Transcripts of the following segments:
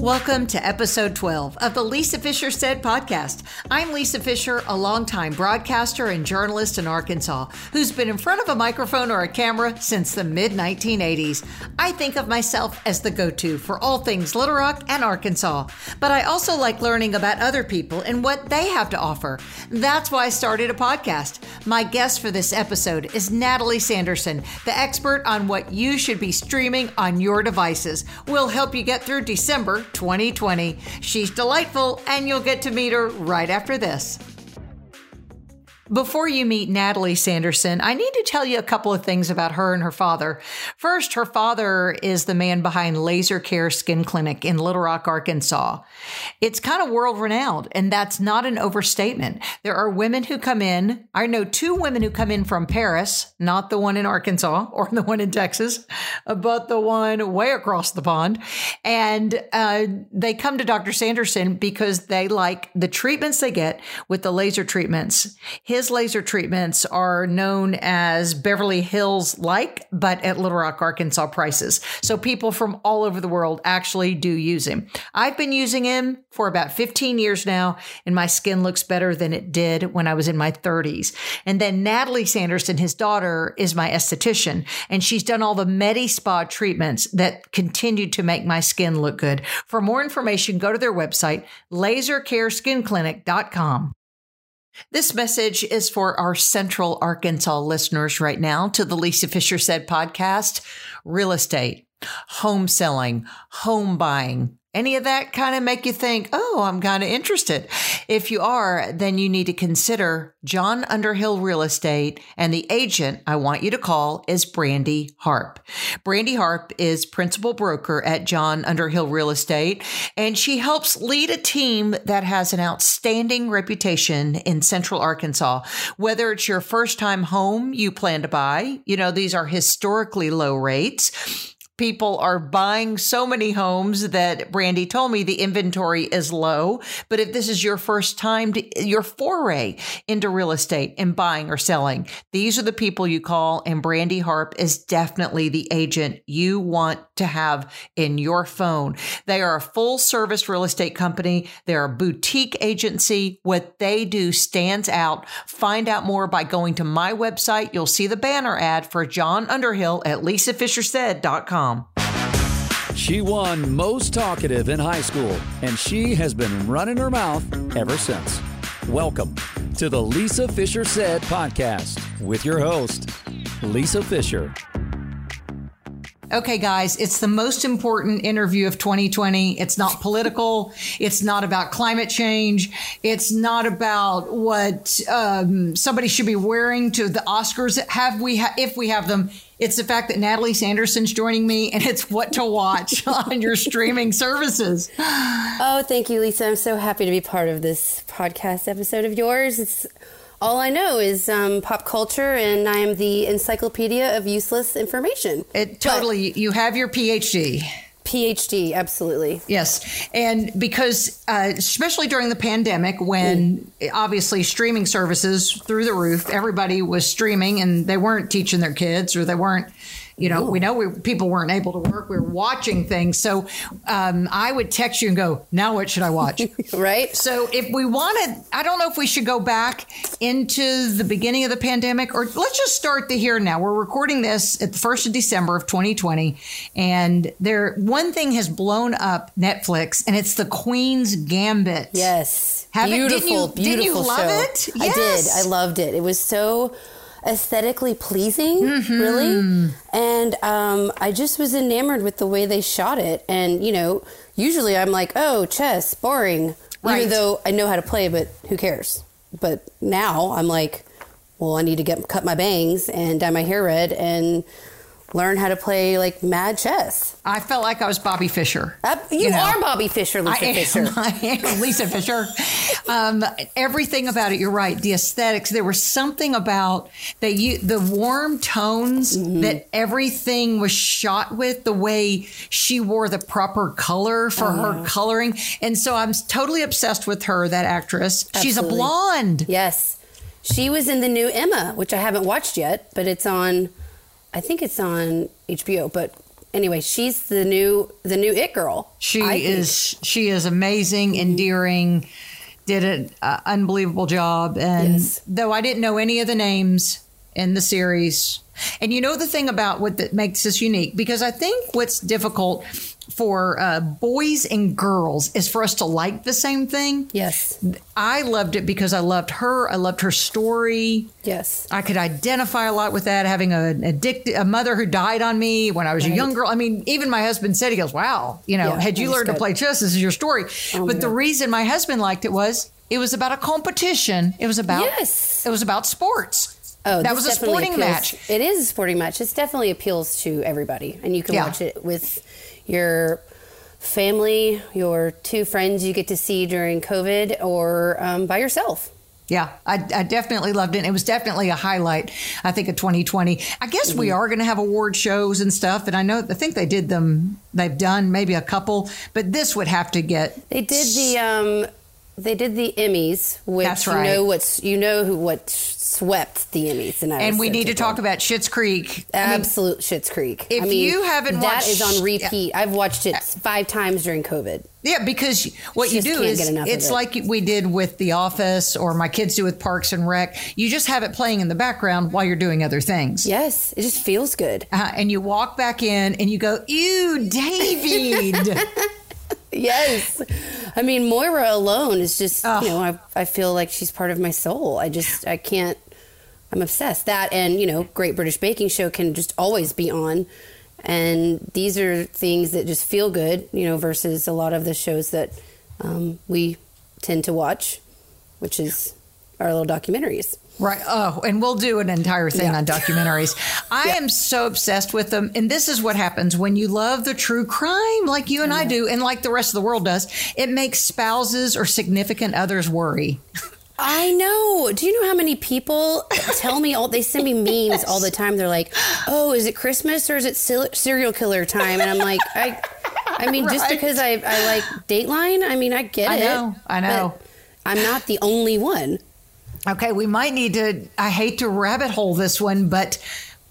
Welcome to episode 12 of the Lisa Fisher Said podcast. I'm Lisa Fisher, a longtime broadcaster and journalist in Arkansas who's been in front of a microphone or a camera since the mid 1980s. I think of myself as the go to for all things Little Rock and Arkansas, but I also like learning about other people and what they have to offer. That's why I started a podcast. My guest for this episode is Natalie Sanderson, the expert on what you should be streaming on your devices. We'll help you get through December 2020. She's delightful, and you'll get to meet her right after this. Before you meet Natalie Sanderson, I need to tell you a couple of things about her and her father. First, her father is the man behind Laser Care Skin Clinic in Little Rock, Arkansas. It's kind of world renowned, and that's not an overstatement. There are women who come in. I know two women who come in from Paris, not the one in Arkansas or the one in Texas, but the one way across the pond. And uh, they come to Dr. Sanderson because they like the treatments they get with the laser treatments. His his laser treatments are known as Beverly Hills like, but at Little Rock, Arkansas prices. So people from all over the world actually do use him. I've been using him for about 15 years now, and my skin looks better than it did when I was in my 30s. And then Natalie Sanderson, his daughter, is my esthetician, and she's done all the Medi Spa treatments that continue to make my skin look good. For more information, go to their website, lasercareskinclinic.com. This message is for our Central Arkansas listeners right now to the Lisa Fisher Said podcast real estate, home selling, home buying. Any of that kind of make you think, oh, I'm kind of interested. If you are, then you need to consider John Underhill Real Estate and the agent I want you to call is Brandy Harp. Brandy Harp is principal broker at John Underhill Real Estate, and she helps lead a team that has an outstanding reputation in central Arkansas. Whether it's your first time home you plan to buy, you know, these are historically low rates people are buying so many homes that Brandy told me the inventory is low. But if this is your first time, to, your foray into real estate and buying or selling, these are the people you call. And Brandy Harp is definitely the agent you want to have in your phone. They are a full service real estate company. They're a boutique agency. What they do stands out. Find out more by going to my website. You'll see the banner ad for John Underhill at lisafishersaid.com. She won most talkative in high school, and she has been running her mouth ever since. Welcome to the Lisa Fisher Said podcast with your host, Lisa Fisher. Okay, guys, it's the most important interview of 2020. It's not political. It's not about climate change. It's not about what um, somebody should be wearing to the Oscars. Have we, ha- if we have them, it's the fact that Natalie Sanderson's joining me, and it's what to watch on your streaming services. Oh, thank you, Lisa. I'm so happy to be part of this podcast episode of yours. It's all I know is um, pop culture, and I am the encyclopedia of useless information. It totally. You have your PhD. PhD, absolutely. Yes. And because, uh, especially during the pandemic, when obviously streaming services through the roof, everybody was streaming and they weren't teaching their kids or they weren't, you know, we know we, people weren't able to work. We were watching things. So um, I would text you and go, now what should I watch? Right? So if we wanted, I don't know if we should go back into the beginning of the pandemic or let's just start the here and now. We're recording this at the first of December of 2020, and there one thing has blown up Netflix, and it's the Queen's Gambit. Yes. Haven't- didn't beautiful, you- didn't you beautiful love show. it? Yes. I did. I loved it. It was so aesthetically pleasing, Mm-hmm. really. And um, I just was enamored with the way they shot it. And, you know, usually I'm like, oh, chess, boring. Right. Even though I know how to play, but who cares? But now I'm like, well, I need to get cut my bangs and dye my hair red and learn how to play like mad chess. I felt like I was Bobby Fisher. That, Uh, you, know. are Bobby Fisher, Lisa I am, Fisher. I am Lisa Fisher. Um, everything about it, you're right. The aesthetics. There was something about that you the warm tones Mm-hmm. that everything was shot with. The way she wore the proper color for Uh-huh. her coloring, and so I'm totally obsessed with her. That actress. She's a Absolutely. blonde. Yes. She was in the new Emma, which I haven't watched yet, but it's on, I think it's on HBO, but anyway, she's the new the new it girl. She I Mm-hmm. think. is she is amazing, endearing, did an uh, unbelievable job. And Yes. though I didn't know any of the names in the series, and you know the thing about what that makes this unique because I think what's difficult for uh, boys and girls is for us to like the same thing. Yes. I loved it because I loved her. I loved her story. Yes. I could identify a lot with that, having a addicted a mother who died on me when I was a young girl. I mean, even my husband said he goes, "Wow, you know, Yeah, had you that's learned to good. Oh, play chess, this is your story." but the reason my husband liked it was it was about a competition. It was about Yes. it was about sports. that Oh, this was a definitely sporting appeals- match. It is a sporting match. This definitely appeals to everybody, and you can Yeah. watch it with your family, your two friends you get to see during COVID, or um, by yourself. Yeah, I, I definitely loved it. It was definitely a highlight, I think, of 2020. I guess Mm-hmm. we are going to have award shows and stuff. And I know, I think they did them, they've done maybe a couple, but this would have to get They did the um, they did the Emmys, which That's you know right. what's you know who what swept the Emmys, and I Uh, and was we so need to tickled. talk about Schitt's Creek. Um, I mean, absolute Shit's Creek. if you haven't that watched- Uh, is on repeat. I've watched it five times during COVID. yeah, because what you Just do can't is get enough of it's it. like we did with The Office, or my kids do with Parks and Rec. You just have it playing in the background while you're doing other things. Yes, it just feels good. Uh, and you walk back in and you go, Ew, David. Yes. I mean, Moira alone is just, you know, I, I feel like she's part of my soul. I just, I can't, I'm obsessed. That and, you know, Great British Baking Show can just always be on. And these are things that just feel good, you know, versus a lot of the shows that um, we tend to watch, which is our little documentaries. Right. Oh, and we'll do an entire thing Yeah. on documentaries. I am so obsessed with them. And this is what happens when you love the true crime, like you and I do, and like the rest of the world does. It makes spouses or significant others worry. I know. Do you know how many people tell me all? They send me memes all the time. They're like, "Oh, is it Christmas or is it sil- serial killer time?" And I'm like, I, I mean, just Right. because I I like Dateline, I mean, I get I it. know, I but know. I'm not the only one. Okay, we might need to. I hate to rabbit hole this one, but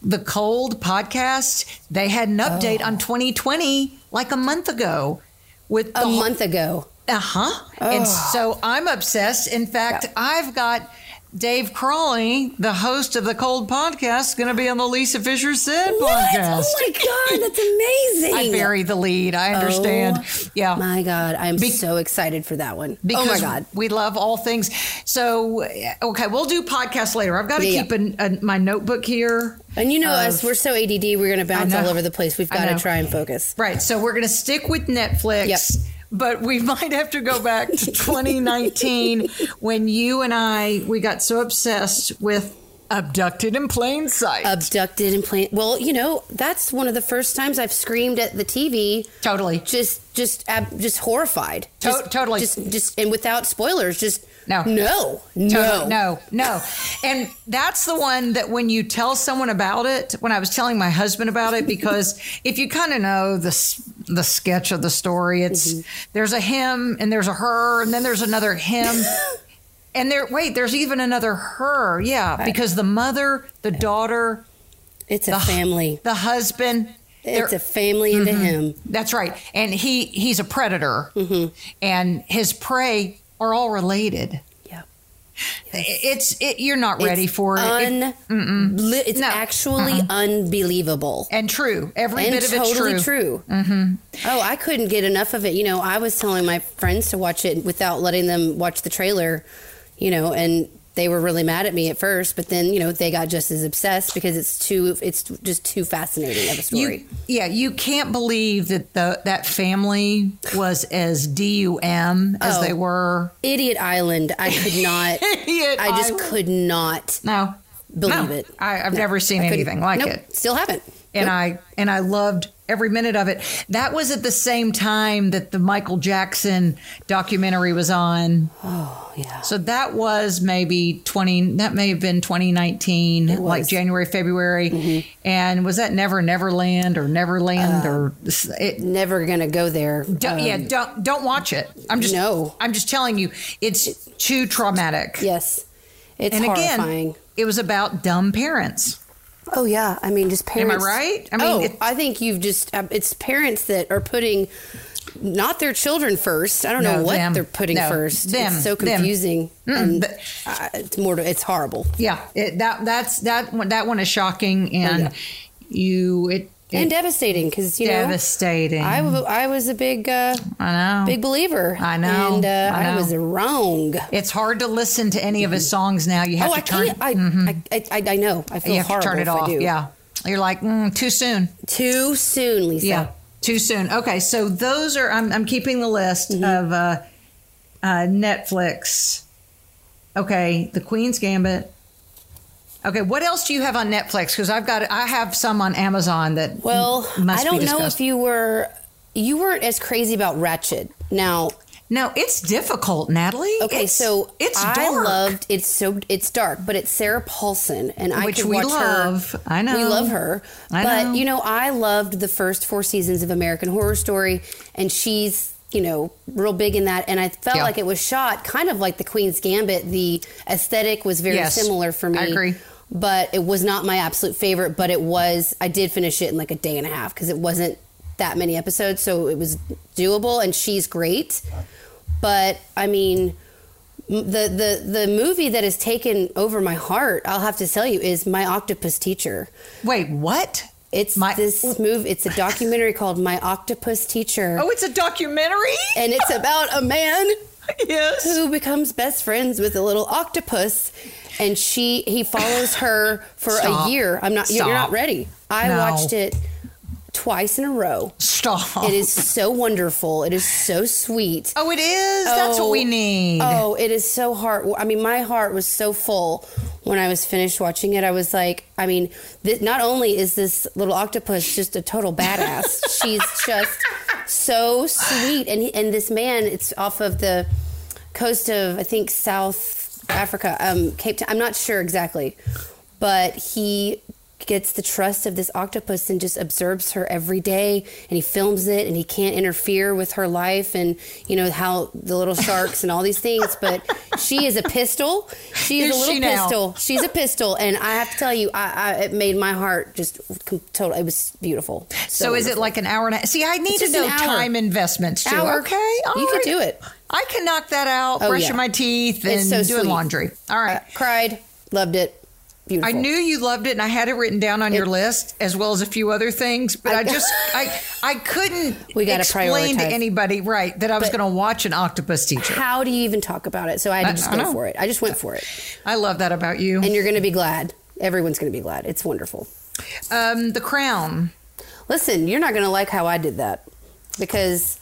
the Cold podcast, they had an update on 2020 like a month ago with Oh. A month ago, Uh huh. And so I'm obsessed. In fact, I've got Dave Crawley, the host of the Cold Podcast, going to be on the Lisa Fisher Said podcast. Oh my god, that's amazing! Oh I bury the lead. I understand. yeah. My God, I'm so excited for that one. because oh my God, we love all things. So, okay, we'll do podcasts later. I've got to Yeah, keep an, an, my notebook here. and you know us, we're so ADD. We're going to bounce know. all over the place. We've I got know. to try and focus. Right. So we're going to stick with Netflix. Yep. But we might have to go back to 2019 when you and I we got so obsessed with abducted in plain sight. abducted and plain well you know that's one of the first times i've screamed at the tv totally. just just ab- just horrified To- just, totally. just just and without spoilers just No. no Totally. no no, no. And that's the one that when you tell someone about it, when I was telling my husband about it, because if you kind of know the s- the sketch of the story, it's Mm-hmm. there's a him and there's a her and then there's another him. And there, wait, there's even another her. Yeah, because the mother, the daughter, it's a family the husband. it's they're- Mm-hmm. a family into him Mm-hmm. that's right. And he he's a predator, Mm. and his prey are all related. yeah It's it, you're not ready for it. It- un- li- it's No. actually unbelievable and true. Every and bit of totally it's true. Mm-hmm. true. Oh, I couldn't get enough of it. You know, I was telling my friends to watch it without letting them watch the trailer. You know, and they were really mad at me at first, but then you know they got just as obsessed because it's too it's just too fascinating of a story. You, yeah, you can't believe that the that family was as DUM as Oh. they were. Idiot Island, I could not. Idiot I just Island. could not No, believe No. it. I, I've never seen Couldn't- anything like nope, it. Still haven't. and I and I loved every minute of it. That was at the same time that the Michael Jackson documentary was on. Oh, yeah. So that was maybe 20 that may have been 2019 like January February Mm-hmm. and was that Never Neverland or Neverland Uh, or it, Never gonna go there. Um, don't, yeah don't don't watch it. I'm just no. I'm just telling you it's too traumatic. Yes, it's and horrifying. again it was about dumb parents. Oh yeah, I mean, just Am I parents. right? I I mean, mean, oh, it- I think you've just um, it's parents that are putting not their children first. I don't No, know what them. they're putting No, first. them, It's so them. Mm. confusing. and, but- uh, it's more. To, it's horrible. yeah, it, that that's that one. That one is shocking, and you it, Oh, and it devastating because you devastating. know I, w- I was a big uh, I know. big believer. I know, and uh, I I, know. was wrong. it's hard to listen to any of his songs now. You have Oh, to I turn. Mm-hmm. can't. I, I, I, I, I know. I feel you have to horrible turn it if I off. do. Yeah, you're like mm, too soon. Too soon, Lisa. Yeah, too soon. Okay, so those are. I'm I'm keeping the list Mm-hmm. of uh, uh, Netflix. Okay, The Queen's Gambit. Okay, what else do you have on Netflix? Because I've got I have some on Amazon that Well, m- must I don't be know discussed. if you were you weren't as crazy about Ratchet. Now, No, it's difficult, Natalie. okay, It's- so it's I dark. loved it's so it's dark, but it's Sarah Paulson, and I Which could we watch love. Her. I know. we love her, I but know. you know, I loved the first four seasons of American Horror Story, and she's you know real big in that, and I felt Yeah. like it was shot kind of like The Queen's Gambit. The aesthetic was very Yes, similar for me. I agree. But it was not my absolute favorite, but it was, I did finish it in like a day and a half because it wasn't that many episodes. So it was doable and she's great. But I mean, m- the, the, the movie that has taken over my heart, I'll have to tell you, is My Octopus Teacher. Wait, what? It's My- this move, it's a documentary called My Octopus Teacher. Oh, it's a documentary. And it's about a man yes. who becomes best friends with a little octopus and she he follows her for Stop. a year i'm not you're, you're Stop. not ready i No. watched it twice in a row Stop. it is so wonderful it is so sweet Oh, it is. That's what Oh, we need. oh it is so heart i mean my heart was so full when i was finished watching it i was like i mean th- not only is this little octopus just a total badass she's just so sweet and he, and this man it's off of the coast of i think south africa um cape town i'm not sure exactly but he gets the trust of this octopus and just observes her every day and he films it and he can't interfere with her life and you know how the little sharks and all these things but she is a pistol she is, Is a little she now? pistol she's a pistol and i have to tell you I, I it made my heart just com- total it was beautiful So is it like an hour and a See, I need to just know an hour. time investments too. Hour. Okay. You all could right. do it. Oh, I can knock that out, brushing yeah. my teeth, and It's so doing sweet. laundry. All right. Uh, cried loved it beautiful I knew you loved it, and I had it written down on your list as well as a few other things. But I, just I I couldn't We gotta explain to prioritize. anybody right that I was But- going to watch an octopus teacher. how do you even talk about it so i had to just I know. go for it i just went for it I love that about you. and you're going to be glad. Everyone's going to be glad. It's wonderful. um, the Crown. Listen, you're not going to like how I did that because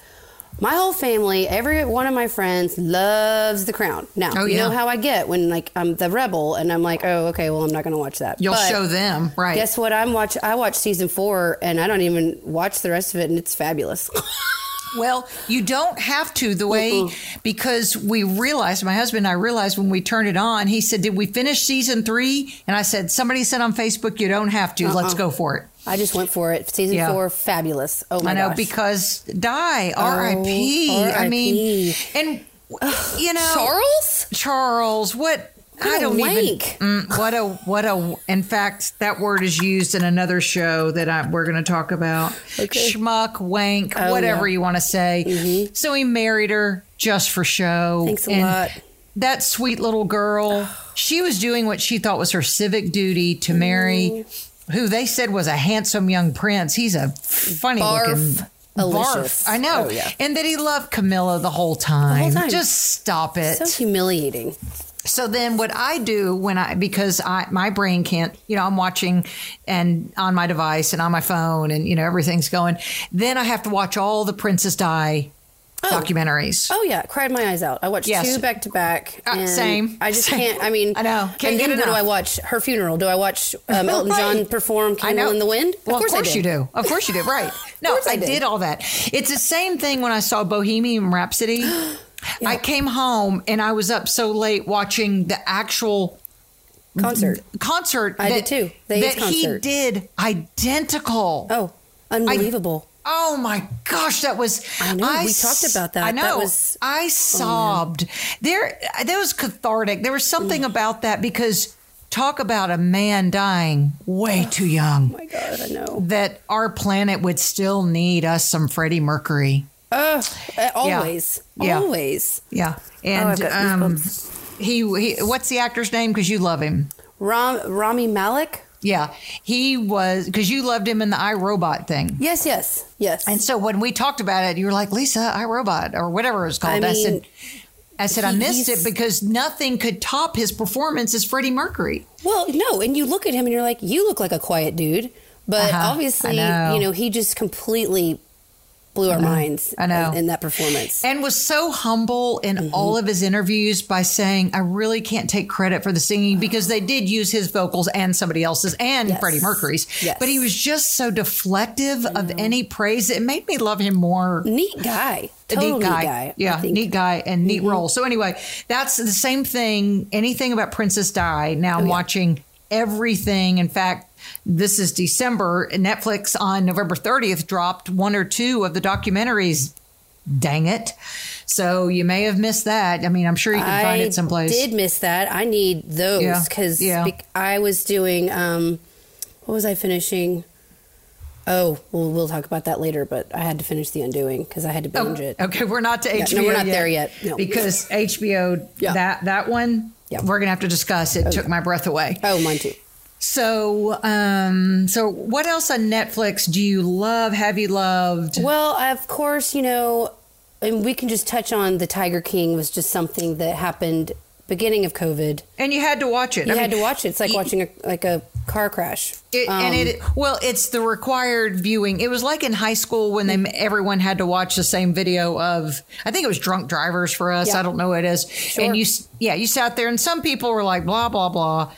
my whole family, every one of my friends loves The Crown. Now, Oh, you know yeah. how I get when like I'm the rebel and I'm like, "Oh, okay, well, I'm not going to watch that." You'll But show them, right? Guess what? I'm watch I watched season 4 and I don't even watch the rest of it and it's fabulous. Well, you don't have to the way because we realized my husband and I realized when we turned it on, he said, Did we finish season three? And I said, Somebody said on Facebook you don't have to. Uh-uh. Let's go for it. I just went for it. Season Yeah. 4 fabulous. Oh my I know gosh. Oh, because die, R.I.P. I mean and you know Charles? Charles, what I a don't even. wank. Mm, what a what a. In fact, that word is used in another show that I, we're going to talk about. Okay. Oh, Mm-hmm. Schmuck, wank, whatever you want to say. So he married her just for show. Thanks a And lot. That sweet little girl, she was doing what she thought was her civic duty to Mm-hmm. marry. Who they said was a handsome young prince. He's a funny Barf. looking Delicious. barf. I know, Oh, yeah. and that he loved Camilla the whole time. time. Just stop it. So humiliating. So then what I do when I because I my brain can't, you know, I'm watching and on my device and on my phone and you know everything's going, then I have to watch all the Princess Di documentaries. Oh yeah, cried my eyes out. I watched Yes. two back to back. Uh, and same. I just Same. can't. I mean, I know. Can't get and then what do enough. I watch? Her funeral. Do I watch um, Elton Right. John perform "Candle in the Wind"? Well, of course, you do. Of course you do. Right. No, course I I did. did. all that. It's the same thing when I saw Bohemian Rhapsody. I came home and I was up so late watching the actual Concert. concert. I did too. The that Ace he concert. did identical. Oh, unbelievable! Oh my gosh, that was. I know, we s- talked about that. I know. That was- oh, Mm. I sobbed. there, that was cathartic. There was something about that because talk about a man dying way too young. Oh my God, I know. that our planet would still need us some Freddie Mercury. Uh, always. Yeah. Always. Yeah, Oh, and I've got um, he, he what's the actor's name? Because you love him. Ram, Rami Malik? Yeah, he was because you loved him in the iRobot thing. Yes, yes, yes. And so when we talked about it, you were like Lisa iRobot or whatever it was called. I I, mean, said. I said I he- missed it he's- because nothing could top his performance as Freddie Mercury. Well, no, and you look at him and you're like, you look like a quiet dude, but Uh-huh, obviously, I know. Uh-huh. you know, he just completely blew our minds. I know. in, in that performance. and was so humble in Mm-hmm. all of his interviews by saying, I really can't take credit for the singing because they did use his vocals and somebody else's and Yes. Freddie Mercury's. Yes. But he was just so deflective of any praise. It made me love him more. neat guy, A total neat guy. guy. Mm-hmm. Yeah, neat guy and neat role. So, anyway, that's the same thing. Anything about Princess Di. Now Oh, I'm watching everything. In fact, this is December. Netflix on November 30th dropped one or two of the documentaries. Dang it. So, you may have missed that. I mean, I'm sure you can find it someplace. did miss that. I need Yeah, those because yeah. I was doing. Um, what was I finishing? Oh, well, we'll talk about that later. But I had to finish the undoing because I had to binge it. Oh, Okay, we're not to HBO. no, we're not yet there yet. No. Because HBO, Yeah. that, that one, Yeah. we're going to have to discuss. It took my breath away. Oh, mine too. So, um, so what else on Netflix do you love? Have you loved? Well, of course, you know, and we can just touch on the Tiger King was just something that happened beginning of COVID. And you had to watch it. You I had mean, to watch it. It's like watching a like a car crash. Um, it, and it. Well, it's the required viewing. It was like in high school when they everyone had to watch the same video of. I think it was Drunk Drivers for us. Yeah. I don't know what it is. And you, s- yeah, you sat there, and some people were like, blah blah blah.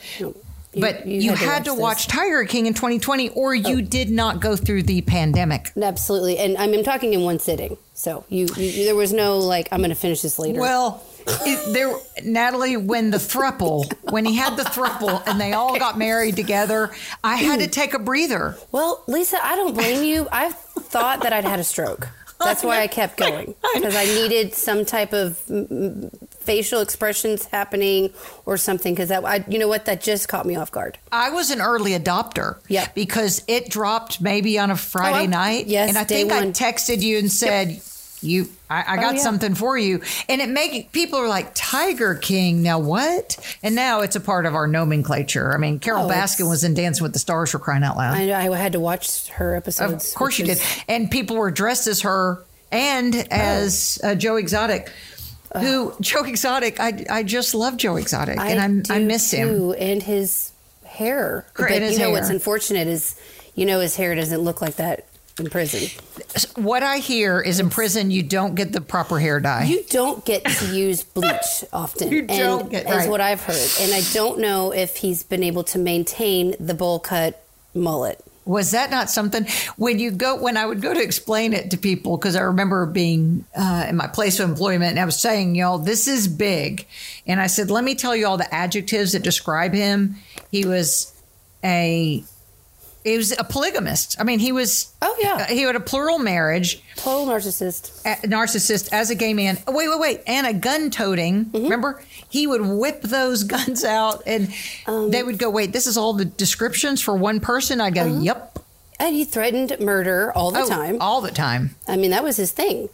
but you, had, to this. watch, Oh. Tiger King in 2020, or you did not go through the pandemic. Absolutely, and I mean, I'm talking in one sitting. So you, you there was no like I'm going to finish this later. Well, it, there, Natalie, when the thruple, when he had the thruple, and they all got married together, I had to take a breather. well, Lisa, I don't blame you. I thought that I'd had a stroke. That's why I kept going because I needed some type of mm, mm, facial expressions happening or something. Because that, I, you know what, that just caught me off guard. I was an early adopter, Yeah. because it dropped maybe on a Friday Oh, I- night, yes, and I day think I one. texted you and said. You, I, I got Oh, yeah. something for you, and it make people are like Tiger King. Now what? And now it's a part of our nomenclature. I mean, Carol Oh, it's- Baskin was in Dancing with the Stars for crying out loud. I, I had to watch her episodes. Of course you which did. is- And people were dressed as her and as Oh. uh, Joe Exotic, who Joe Exotic, I, I just love Joe Exotic and I'm, I do miss him. too, and his hair. Cra- but and his you know hair. what's unfortunate is, you know, his hair doesn't look like that in prison. What I hear is in prison, you don't get the proper hair dye. You don't get to use bleach often. You and don't get- is right. what I've heard, and I don't know if he's been able to maintain the bowl cut mullet. Was that not something when you go when I would go to explain it to people because I remember being uh, in my place of employment and I was saying, y'all, this is big, and I said, let me tell you all the adjectives that describe him. He was a he was a polygamist. I mean, he was uh, Oh, yeah. he had a plural marriage Total narcissist. a- narcissist as a gay man. Oh, wait, wait, wait, and a gun toting. Mm-hmm. Remember, he would whip those guns out, and Um, they would go, "Wait, this is all the descriptions for one person." I'd go, uh-huh. "Yep, And he threatened murder all the Oh, time. all the time." I mean, that was his thing.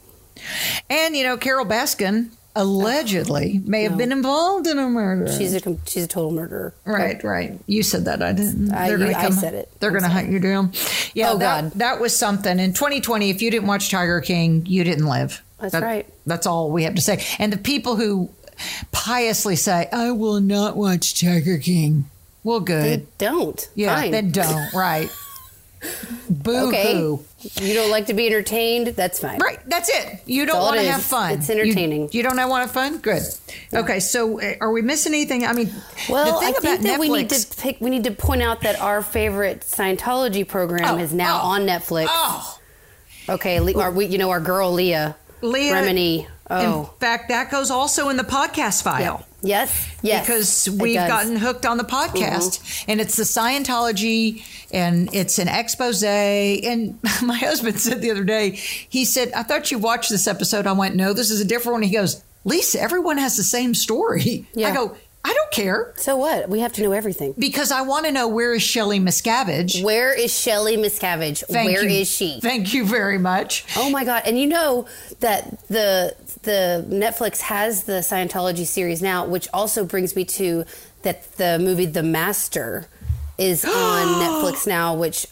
And you know, Carol Baskin allegedly may have been involved in a murder. She's a com- she's a total murderer. Right, right. You said that. I didn't. I- They're gonna you- I said it. They're I'm going to sorry. hunt you down. Yeah, Oh, that, God. that was something. In 2020, if you didn't watch Tiger King, you didn't live. That's That- right. That's all we have to say. And the people who piously say, "I will not watch Tiger King," well, good. They don't. yeah, Fine. then don't. Right. Boo Okay. hoo. You don't like to be entertained? That's fine. Right. That's it. You don't all it want to is. have fun. It's You- entertaining. You, don't want to have fun? Good. Okay. So uh, are we missing anything? I mean, Well, the thing I about think that Netflix, we need to pick. We need to point out that our favorite Scientology program Oh, is now oh, on Netflix. Oh, Okay, Le- our, we, you know our girl Leah, Leah- Remini. in Oh, fact, that goes also in the podcast file. yes, yes, Because it we've does. gotten hooked on the podcast, and it's the Scientology, and it's an expose. And my husband said the other day, he said, "I thought you watched this episode." I went, "No, this is a different one." He goes, "Lisa, everyone has the same story." Yeah. I go, I don't care So what? We have to know everything. because I want to know where is Shelley Miscavige. Where is Shelly Miscavige? Where Thank is you. she? Thank you very much. Oh my god! And you know that the the Netflix has the Scientology series now, which also brings me to that the movie The Master is on Netflix now, which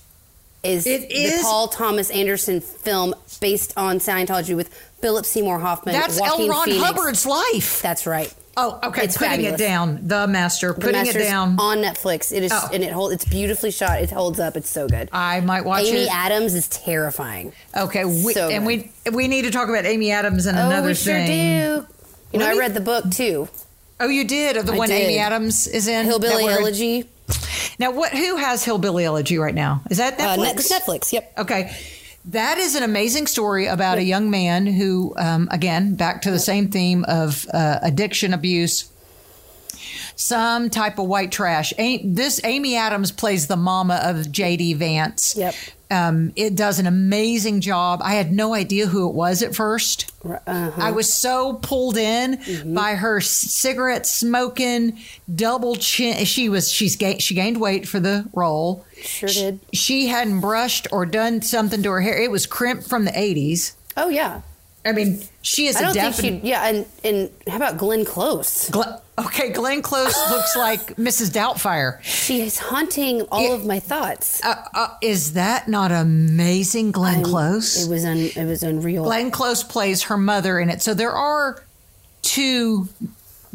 is It the is? Paul Thomas Anderson film based on Scientology with Philip Seymour Hoffman. That's Joaquin L. Ron Phoenix. Hubbard's life. That's right. Oh, okay. It's putting fabulous. it down. The master. The putting it Master's down. on Netflix. It is Oh. and it hold, it's beautifully shot. It holds up. It's so good. I might watch Amy it. Adams is terrifying. okay. We, So and we we need to talk about Amy Adams and oh, another we sure thing. do. You know, Let I me- read the book too. Oh, you did of the I one Amy did. Adams is in that Hillbilly we're- Elegy. Now, what? Who has Hillbilly Elegy right now? Is that Uh, Netflix? Net- Netflix. Yep. Okay. That is an amazing story about a young man who, um, again, back to the same theme of uh, addiction abuse, some type of white trash. A- this Amy Adams plays the mama of JD Vance. Yep. Um, it does an amazing job. I had no idea who it was at first. uh-huh. I Mm-hmm. was so pulled in by her c- cigarette smoking, double chin. She was she's ga- she gained weight for the role. Sure did. She hadn't brushed or done something to her hair. It was crimped from the 80s. Oh yeah. I mean, she is I a don't think definite. she. Yeah, and and how about Glenn Close? Gl- okay, Glenn Close looks like Mrs. Doubtfire. She is haunting all of my thoughts. Uh, uh, is that not amazing, Glenn Close? It was un, it was unreal. Glenn Close plays her mother in it. So there are two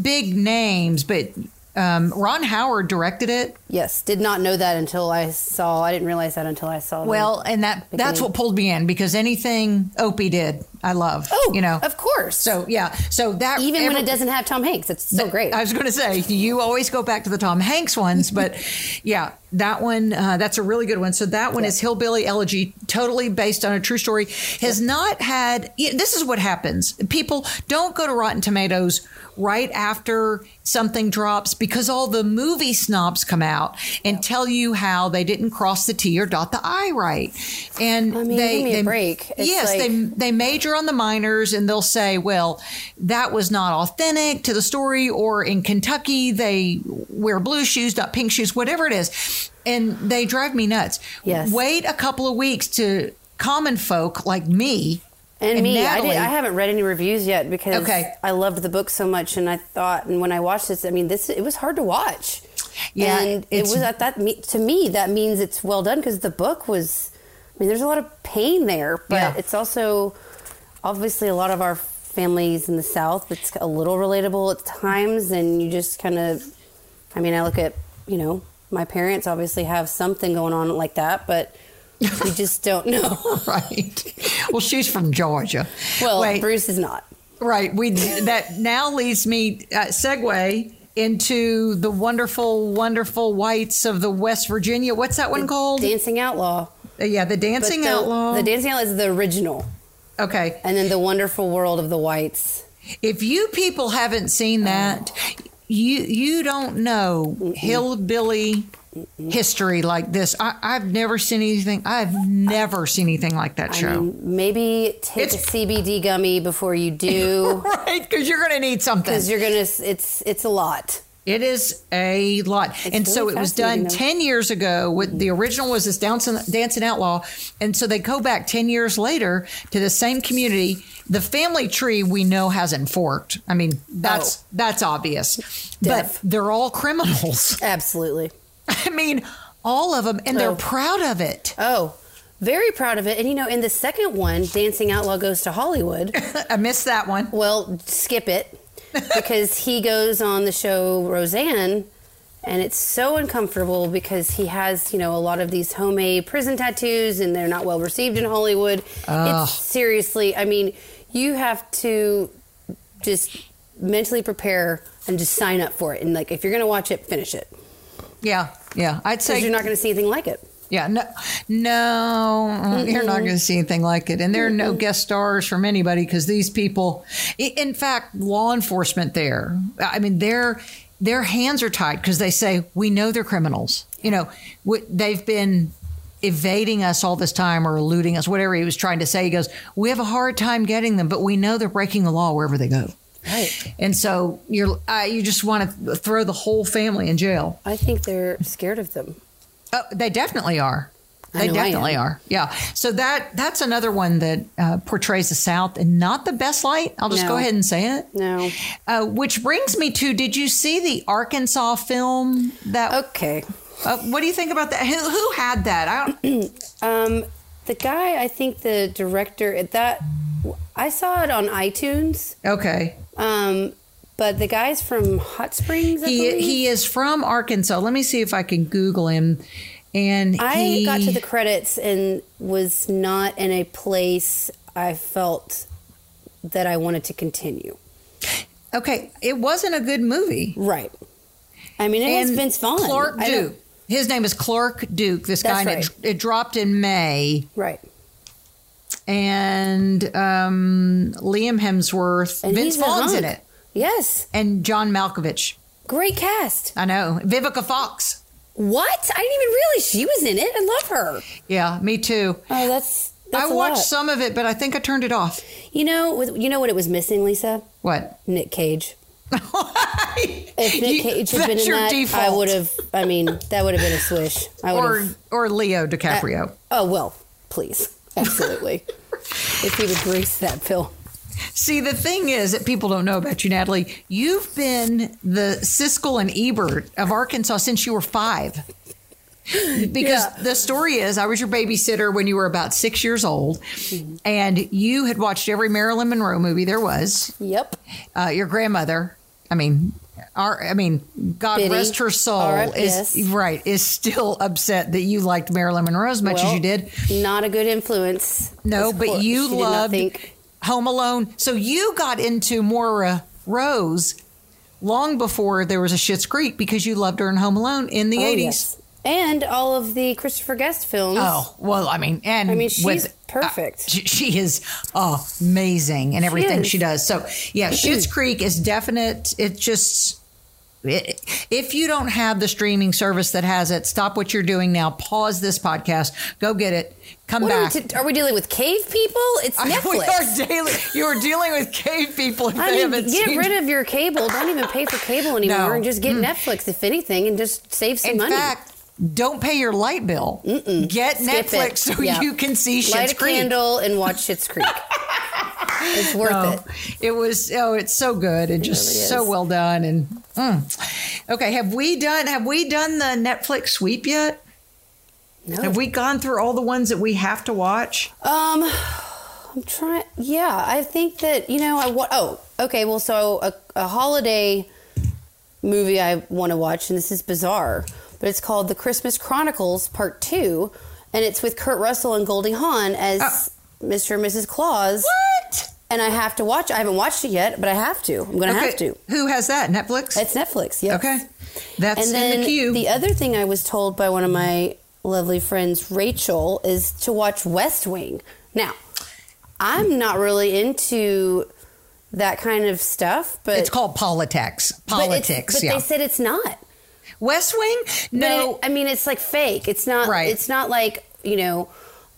big names, but um, Ron Howard directed it. yes, did not know that until I saw. I didn't realize that until I saw. the- Well, and that that's what pulled me in because anything Opie did, I love. oh, you know. of course. So yeah, so that even when every- it doesn't have Tom Hanks, it's so great. I was going to say you always go back to the Tom Hanks ones, but yeah, that one uh, that's a really good one. So that one is Hillbilly Elegy, totally based on a true story. Has not had yeah, this is what happens. People don't go to Rotten Tomatoes right after something drops because all the movie snobs come out and tell you how they didn't cross the T or dot the I right. And I mean, they give me a they- break. It's yes, like- they they major on the minors and they'll say, well, that was not authentic to the story, or in Kentucky, they wear blue shoes, not pink shoes, whatever it is. And they drive me nuts. Yes. Wait a couple of weeks to common folk like me. And, And me, I, Natalie- did, I haven't read any reviews yet because Okay. I loved the book so much, and I thought, and when I watched this, I mean, this it was hard to watch. Yeah, and it it's- was at that me- to me that means it's well done because the book was. I mean, there's a lot of pain there, but Yeah. it's also obviously a lot of our families in the South. It's a little relatable at times, and you just kind of. I mean, I look at you know my parents obviously have something going on like that, but we just don't know. Right. well, she's from Georgia. well, Wait. Bruce is not. Right. We that now leads me uh, segue into the wonderful, wonderful whites of the West Virginia. What's that one called? Dancing Outlaw. Uh, yeah, the Dancing the, Outlaw. The Dancing Outlaw is the original, okay. and then the Wonderful World of the Whites. If you people haven't Oh. seen that, you you don't know hillbilly history like this. I, I've never seen anything. I've never seen anything like that show. And Maybe take It's- a CBD gummy before you do, right? Because you're going to need something. because you're gonna. s- It's it's a lot. It is a lot. and so really it was done fascinating, Mm-hmm. 10 years ago. With The original was this Dancing, Dancing Outlaw. And so they go back 10 years later to the same community. The family tree we know hasn't forked. I mean, that's Oh. that's obvious. Def. But they're all criminals. Absolutely. I mean, all of them, and they're Oh. proud of it. Oh, very proud of it. And you know, in the second one, Dancing Outlaw goes to Hollywood. I missed that one. Well, skip it because he goes on the show Roseanne, and it's so uncomfortable because he has, you know, a lot of these homemade prison tattoos and they're not well received in Hollywood. It's seriously, I mean, you have to just mentally prepare and just sign up for it. And like, if you're going to watch it, finish it Yeah, yeah. I'd because you're say, not going to see anything like it. yeah, no, no, mm, you're not going to see anything like it. And there are no guest stars from anybody because these people, i- in fact, law enforcement there, I mean, their their hands are tied because they say we know they're criminals. You know, wh- they've been evading us all this time or eluding us, whatever he was trying to say. He goes, "We have a hard time getting them, but we know they're breaking the law wherever they go." Right. And so you're uh, you just want to throw the whole family in jail. I think they're scared of them. Oh, they definitely are. I They know I definitely am. are. Yeah. So that that's another one that uh, portrays the South in not the best light. I'll just No. go ahead and say it. No. Uh, which brings me to: Did you see the Arkansas film? That Okay. uh, what do you think about that? Who, who had that? I don't. Um, the guy, I think the director that I saw it on iTunes. Okay. Um, but the guy's from Hot Springs. I He believe. he is from Arkansas. Let me see if I can Google him. And I he, got to the credits and was not in a place I felt that I wanted to continue. okay. It wasn't a good movie. Right. I mean, it was Vince Vaughn. Clark I don't- Duke. His name is Clark Duke. This guy. That's and it, it dropped in May, Right. and um, Liam Hemsworth, And Vince he's a Vaughn's in hunk. it, Yes. and John Malkovich. Great cast. I know Vivica Fox. What? I didn't even realize she was in it. I love her. Yeah, me too. Oh, that's that's I a watched lot. some of it, but I think I turned it off. You know, with, you know what it was missing, Lisa? What? Nick Cage. If Nick You- Cage had been that's in your that, I default. would have. I mean, that would have been a swish. I would Or have. or Leo DiCaprio. Oh well, please, absolutely. if he would grace that film, See, the thing is that people don't know about you, Natalie. You've been the Siskel and Ebert of Arkansas since you were five. Because Yeah. the story is, I was your babysitter when you were about six years old, and you had watched every Marilyn Monroe movie there was. yep. uh, your grandmother. I mean, our, I mean, God Biddy. rest her soul. R.I.P.S.. Is right is still upset that you liked Marilyn Monroe as much as Well, you did. Not a good influence. No, Of but course, you she did not loved think- Home Alone. So you got into Moira Rose long before there was a Schitt's Creek because you loved her in Home Alone in the Oh, eighties. yes. and all of the Christopher Guest films. Oh well, I mean, and I mean, she's with- uh, perfect. she, she is amazing in everything is. she, does. So yeah, Schitt's Creek is definite. It just it, if you don't have the streaming service that has it, stop what you're doing now. Pause this podcast. Go get it. Come What are we, back. t- are we dealing with cave people? It's we Netflix. are dealing. You are dealing with cave people. If they I mean, haven't get seen rid of your cable. Don't even pay for cable anymore, No. Mm. and just get Netflix if anything, and just save some In money. fact, don't pay your light bill. Get Skip it. Netflix so Yeah. you can see Schitt's Light a Creek. candle and watch Shit's Creek. it's worth it. It was oh, it's so good and just really so is. well done. And mm. okay, have we done have we done the Netflix sweep yet? No. Have we gone through all the ones that we have to watch? Um, I'm trying. Yeah, I think that you know I want. Oh, okay. Well, so a, a holiday movie I want to watch, and this is bizarre, but it's called The Christmas Chronicles Part Two, and it's with Kurt Russell and Goldie Hawn as Mr. and Mrs. Claus. What? And I have to watch. I haven't watched it yet, but I have to. I'm gonna have to. Who has that? Netflix? It's Netflix. Yes. okay. That's And then in the queue. other thing I was told by one of my lovely friends, Rachel, is to watch West Wing. Now, I'm not really into that kind of stuff, but it's called politics. but it's- Politics, But, yeah. they said it's not. West Wing? But No. it- I mean, it's like fake. It's not. Right. It's not like you know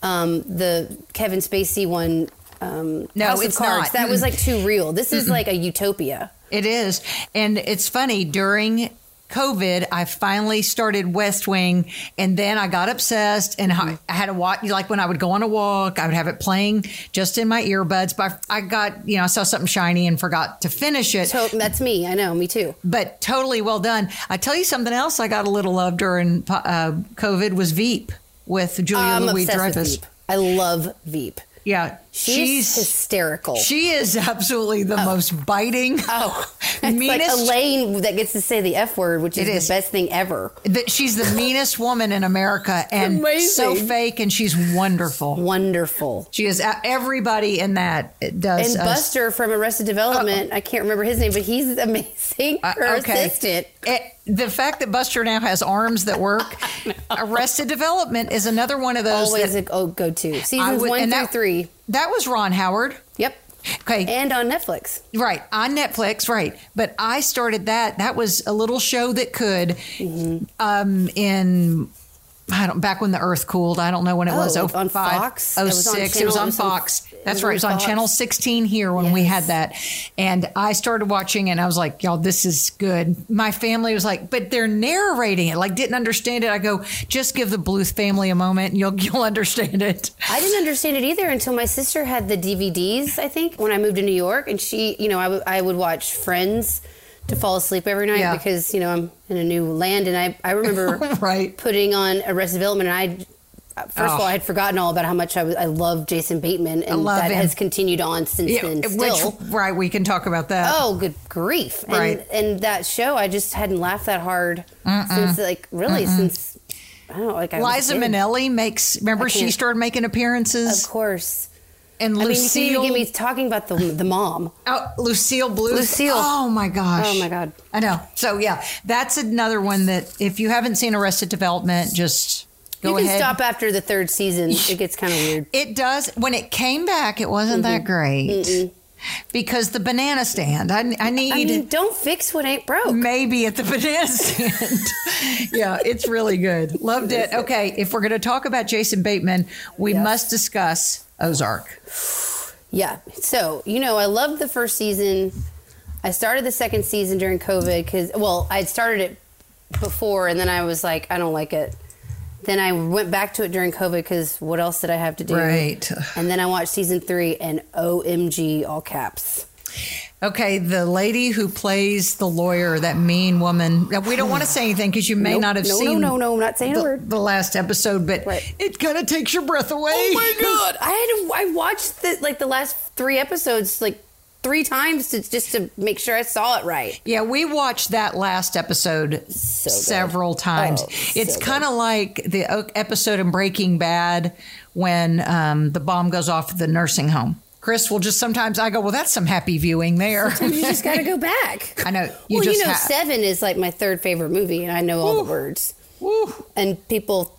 um, the Kevin Spacey one. Um, No, House of it's Cards. not. That was like too real. This is like a utopia. It is. And it's funny, during COVID, I finally started West Wing and then I got obsessed and I I had a walk. Like when I would go on a walk, I would have it playing just in my earbuds. But I got, you know, I saw something shiny and forgot to finish it, To- that's me. I know. Me too. but totally well done. I tell you something else I got a little of during uh, COVID was Veep with Julia I'm Louis obsessed with Dreyfus. Veep. I love Veep. Yeah. She's, hysterical. she is absolutely the most biting, oh, it's like meanest Elaine that gets to say the F word, which is, is. the best thing ever. that she's the meanest woman in America and Amazing. so fake, and she's wonderful. Wonderful. She is uh, everybody in that does. And us- Buster from Arrested Development, I can't remember his name, but he's amazing. Uh, Her assistant. It- the fact that Buster now has arms that work. Arrested Development is another one of those. Always that a go go to. I Seasons would- one through and that- three. That was Ron Howard. Yep. Okay, And on Netflix. right on Netflix, right. But I Mm-hmm. started that. That was a little show that could, um, in I don't back when the earth cooled. I don't know when it was. Oh, on 05, Fox? It was on 06. It channel- was on it was on- Fox. it That's was right. on It was on Fox. channel 16 here when we had that. And I started watching and I was like, y'all, this is good. My family was like, but they're narrating it. Like didn't understand it. I go, just give the Bluth family a moment and you'll you'll understand it. I didn't understand it either until my sister had the DVDs, I think, when I moved to New York. And she, you know, I, w- I would watch Friends to fall asleep every night Yeah. because, you know, I'm in a new land. And I, I remember Right. putting on Arrested Development. And I, first of Oh. all, I had forgotten all about how much I, was, I love Jason Bateman. And love that him. has continued on since then still. Which right, we can talk about that. Oh, good grief! And, Right. and that show, I just hadn't laughed that hard since, like, really, since I don't know, like I was a Liza kid. Minnelli makes remember she can't- started making Of appearances course, and I mean, you can't Lucille even get me talking about the the mom. Oh, Lucille Blue. Lucille. Oh my gosh. Oh, my God. I know. So yeah, that's another one that if you haven't seen Arrested Development, just go you can ahead. stop after the third season. It gets kind of weird. It does. When it came back, it wasn't that great because the banana stand. I, I need. I mean, don't fix what ain't broke. Maybe at the banana stand. yeah, it's really good. Loved it. Okay, if we're going to talk about Jason Bateman, we Yes. must discuss Ozark. Yeah. So, you know, I loved the first season. I started the second season during COVID because, well, I'd started it before and then I was like, I don't like it. Then I went back to it during COVID because what else did I have to do? Right. And then I watched season three and OMG, all caps. Okay, the lady who plays the lawyer, that mean woman. Now, We don't want to say anything because you may Nope. not have No, no, seen. no, no, I'm not saying a the, word. the last episode, but Right. it kind of takes your breath away. Oh God. I had to, I watched the, like the last three episodes like three times to, just to make sure I saw it right. Yeah, we watched that last episode good. several times. Oh, it's so kind of like the o- episode in Breaking Bad when um, the bomb goes off at the nursing home. Chris will just sometimes I go, well, that's some happy viewing there. You just got to go back. I know. You well, just you know, ha- Seven is like my third favorite movie, and I know all the words. Woo. And people,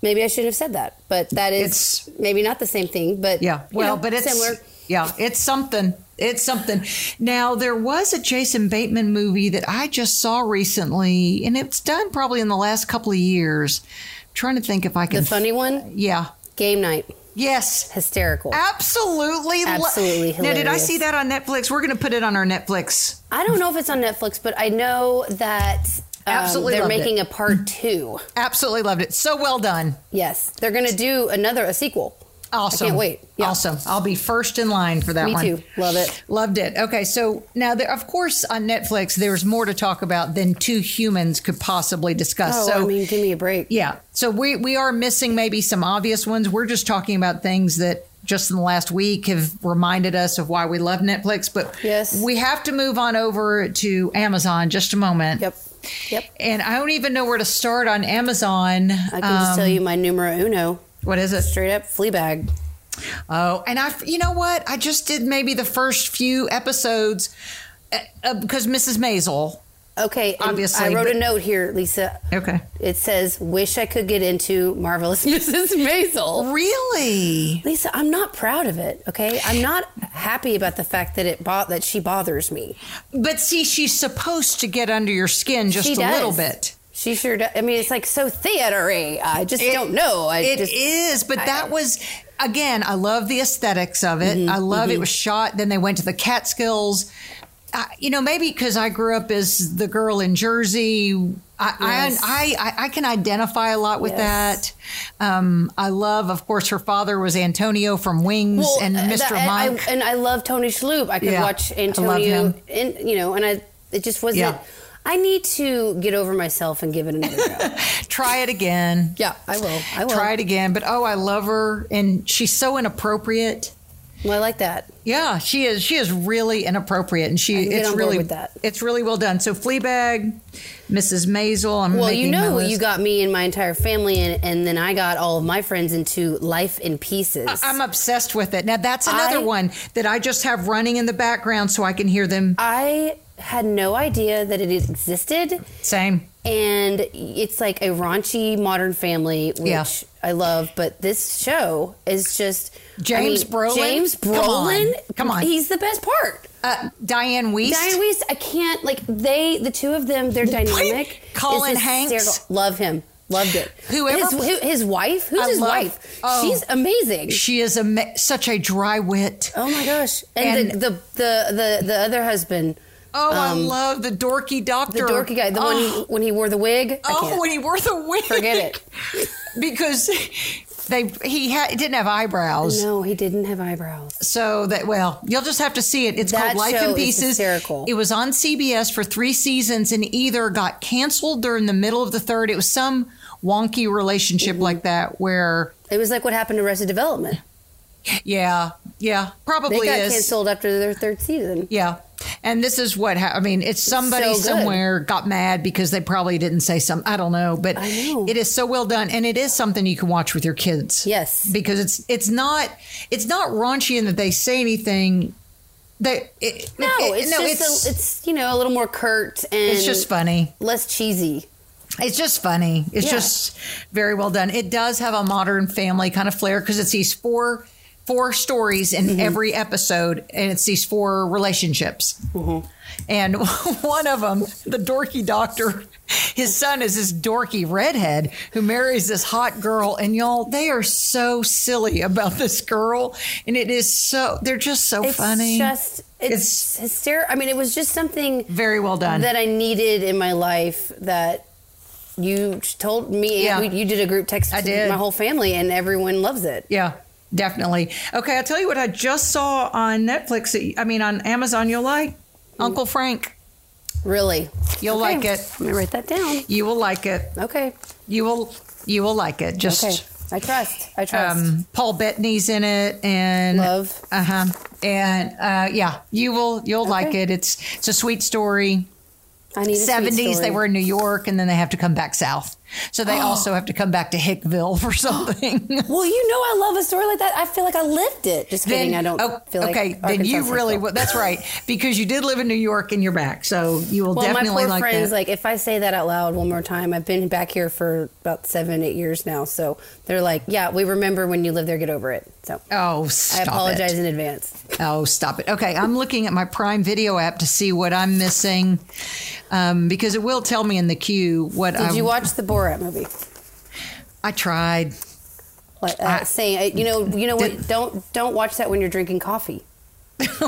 maybe I shouldn't have said that, but that is It's- maybe not the same thing. But Yeah. you Well, know, but it's similar. yeah, it's something. It's something. Now there was a Jason Bateman movie that I just saw recently, and it's done probably in the last couple of years. I'm trying to think if I can. The funny one, yeah. game night, Yes. hysterical. Absolutely. lo- Absolutely Now, did I hilarious. see that on Netflix? We're going to put it on our Netflix. I don't know if it's on Netflix, but I know that um, Absolutely they're loved making a part two. Absolutely loved it. So well done. Yes, they're going to do another a sequel. Awesome. can't wait. Yeah. Awesome. I'll be first in line for that Me one. too. Love it. Loved it. Okay, so now there, of course, on Netflix, there's more to talk about than two humans could possibly discuss. Oh, so I mean, give me a break. yeah, so we we are missing maybe some obvious ones. We're just talking about things that just in the last week have reminded us of why we love Netflix. But Yes. we have to move on over to Amazon just a moment. Yep. Yep. And I don't even know where to start on Amazon. I can just um, tell you my numero uno, What is it? straight up Fleabag. Oh, and I, you know what? I just did maybe the first few episodes uh, uh, because Mrs. Maisel. Okay, and Obviously, I wrote but- a note here, Lisa. Okay. It says, "Wish I could get into marvelous Mrs. Maisel." Really? Lisa, I'm not proud of it. Okay, I'm not happy about the fact that it bought that she bothers me. But see, she's supposed to get under your skin just She a little does. bit. She sure does. I mean, it's like so theatery. I just don't know. I It is, just but that was again. I love the aesthetics of it. Mm-hmm, I love it was shot. Then they went to the Catskills. I, you know, maybe because I grew up as the girl in Jersey. I, Yes. I, I, I can identify a lot with Yes. that. Um, I love, of course, her father was Antonio from Wings Well, and uh, Mr. that- and I- Monk. and I love Tony Shalhoub. I could Yeah, watch I love Antonio, him. and you know, and I it just wasn't. Yeah. I need to get over myself and give it another go. Try it again. yeah, I will. I will. Try it again. But oh, I love her, and she's so inappropriate. Well, I like that. Yeah, she is. She is really inappropriate, and she can get it's on board really with that. it's really well done. So Fleabag, Mrs. Maisel. I'm Well, making you my know, list. you got me and my entire family, and, and then I got all of my friends into Life in Pieces. I, I'm obsessed with it. Now that's another I- one that I just have running in the background so I can hear them. had no idea that it existed, Same. and it's like a raunchy modern family, which Yeah. I love. But this show is just I James mean, Brolin? James Come on. Brolin, Come on. he's the best part. Uh, Diane Weist. Diane Weiss, I can't like they the two of them. Their dynamic. Colin is hysterical. Hanks? love him. Loved it. Whoever- his, who, his wife? Who's I his love- wife? oh. She's amazing. She is a, ma- such a dry wit. Oh my gosh! And, And- the, the the the the other husband, Oh, I Um, love the dorky the doctor. dorky guy, the oh, one he, when he wore the wig. I oh, can't. when he wore the wig. Forget it. because they he ha- didn't have eyebrows. no, he didn't have eyebrows. So that well, you'll just have to see it. It's That called Life show in is Pieces. hysterical. It was on CBS for 3 seasons and either got canceled during the middle of the third. It was some wonky relationship like that where It was like what happened to Arrested Development. yeah, yeah, They probably got is. canceled after their third season. Yeah. And this is what ha- I mean. It's somebody so good. somewhere got mad because they probably didn't say something. I don't know, but know. it is so well done, and it is something you can watch with your kids. Yes. because it's it's not it's not raunchy in that they say anything. That it, No, it- it's no, just it's, a, it's you know a little more curt and it's just funny. less cheesy. It's just funny. It's Yeah. just very well done. It does have a modern family kind of flair because it's these four four stories in Mm-hmm. every episode, and it's these four relationships. Mm-hmm. And one of them, the dorky doctor, his son is this dorky redhead who marries this hot girl, and y'all, they are so silly about this girl, and it is so they're just so It's Oh, funny. just it's, hysterical. I mean, it was just something very well done. that I needed in my life that you told me. Yeah. and we- you did a group text. I to did. my whole family, and everyone loves it. Yeah, definitely. Okay, I'll tell you what I just saw on Netflix. That, I mean, on Amazon, you'll like Uncle Frank. Really, You'll Okay. like it. Let me write that down. You will like it. Okay, You will. You will like it. Just. okay. I trust. I trust. Um, Paul Bettany's in it, and Love. uh-huh. and uh yeah, you will you'll like it. It's it's a sweet story. I need a sweet Seventies, they story. Oh. were in New York, and then they have to come back south, so they also have to come back to Hickville for something. Well, you know, I love a story like that. I feel like I lived it. Just kidding. I don't oh, feel like. okay. Then Arkansas you Central. really. Well, that's right because you did live in New York and you're back, so you will Well, my definitely poor like friends, that. like if I say that out loud one more time, I've been back here for about seven, eight years now. So they're like, "Yeah, we remember when you lived there. Get over it." So oh, I stop apologize it. in advance. Oh, stop it. Okay, I'm looking at my Prime Video app to see what I'm missing um, because it will tell me in the queue what Did I. you watch the Borat movie? I tried. Like uh, I- saying, uh, you know, you know what? Did- don't don't watch that when you're drinking coffee. You.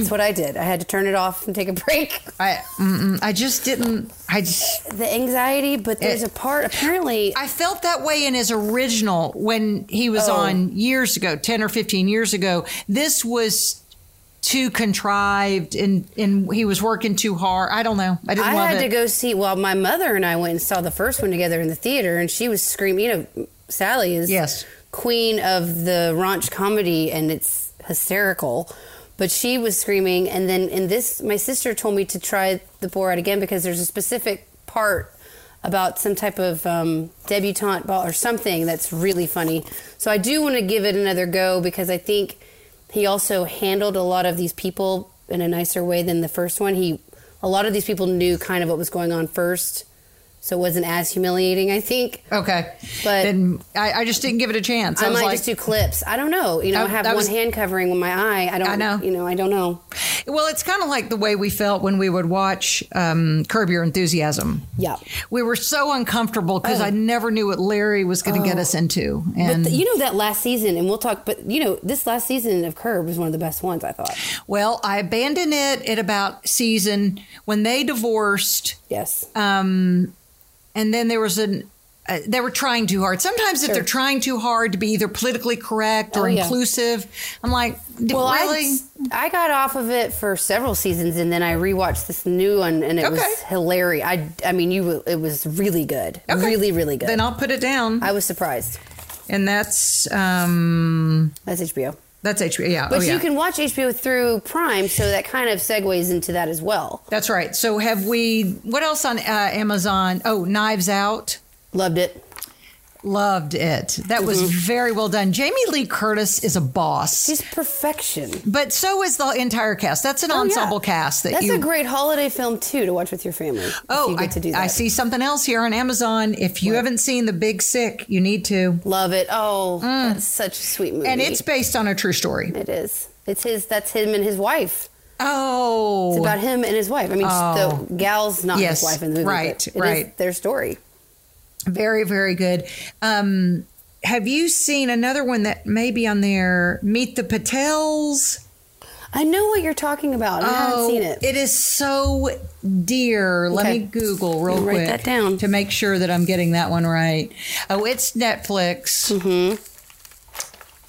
That's what I did. I had to turn it off and take a break. I. Mm-mm, I just didn't. I just. The anxiety, but there's It- a part apparently. I felt that way in his original when he was Oh. on years ago, 10 or 15 years ago. This was too contrived and, and he was working too hard. I don't know. I didn't I love had it. to go see. Well, my mother and I went and saw the first one together in the theater, and she was screaming. You know, Sally is Yes. queen of the raunch comedy, and it's hysterical. But she was screaming, and then in this, my sister told me to try the Borat again because there's a specific part about some type of um, debutante ball or something that's really funny. So I do want to give it another go because I think he also handled a lot of these people in a nicer way than the first one. He a lot of these people knew kind of what was going on first, so it wasn't as humiliating. I think Okay. But- then I, I just didn't give it a chance. I, I was might like, just do clips. I don't know. You know, I- I have I one was- hand covering with my eye. I don't. I know. You know, I don't know. well, it's kind of like the way we felt when we would watch um, Curb Your Enthusiasm. Yeah. Oh. We were so uncomfortable because I never knew what Larry was going to get us into. But And th- you know that last season, and we'll talk. But you know, this last season of Curb was one of the best ones. I thought. well, I abandoned it at about season when they divorced. Yes. Uh, and then there was an uh, they were trying too hard. Sometimes if they're trying too hard to be either politically correct or Oh, yeah. inclusive, I'm like, D- well, really? I I got off of it for several seasons, and then I rewatched this new one, and it Okay. was hilarious. I I mean, you it was really good. Okay. Really, really good. then I'll put it down. I was surprised. and that's um That's HBO. that's HBO. Yeah. But oh, yeah. you can watch HBO through Prime, so that kind of segues into that as well. that's right. So have we? What else on uh, Amazon? Oh, Knives Out. Loved it. Loved it. That was Mm-hmm. very well done. Jamie Lee Curtis is a boss, She's perfection. but so is the entire cast. That's an Oh, yeah. ensemble cast that That's you a great holiday film too to watch with your family. if you Oh, get I, to do that. I see something else here on Amazon. If you haven't seen The Big Sick, you need to. Love it. Oh, that's such a sweet movie. Mm. And it's based on a true story. it is. It's his. That's him and his wife. It's Oh, about him and his wife. I mean, the gal's not Yes, his wife in the movie. but right, it is right. their story. Very, very good. Um, have you seen another one that may be on there? Meet the Patels. I know what you're talking about. and Oh, I Oh, haven't seen it. It is so dear. Let Okay. me Google real Write quick that down. to make sure that I'm getting that one right. Oh, it's Netflix. Mm-hmm.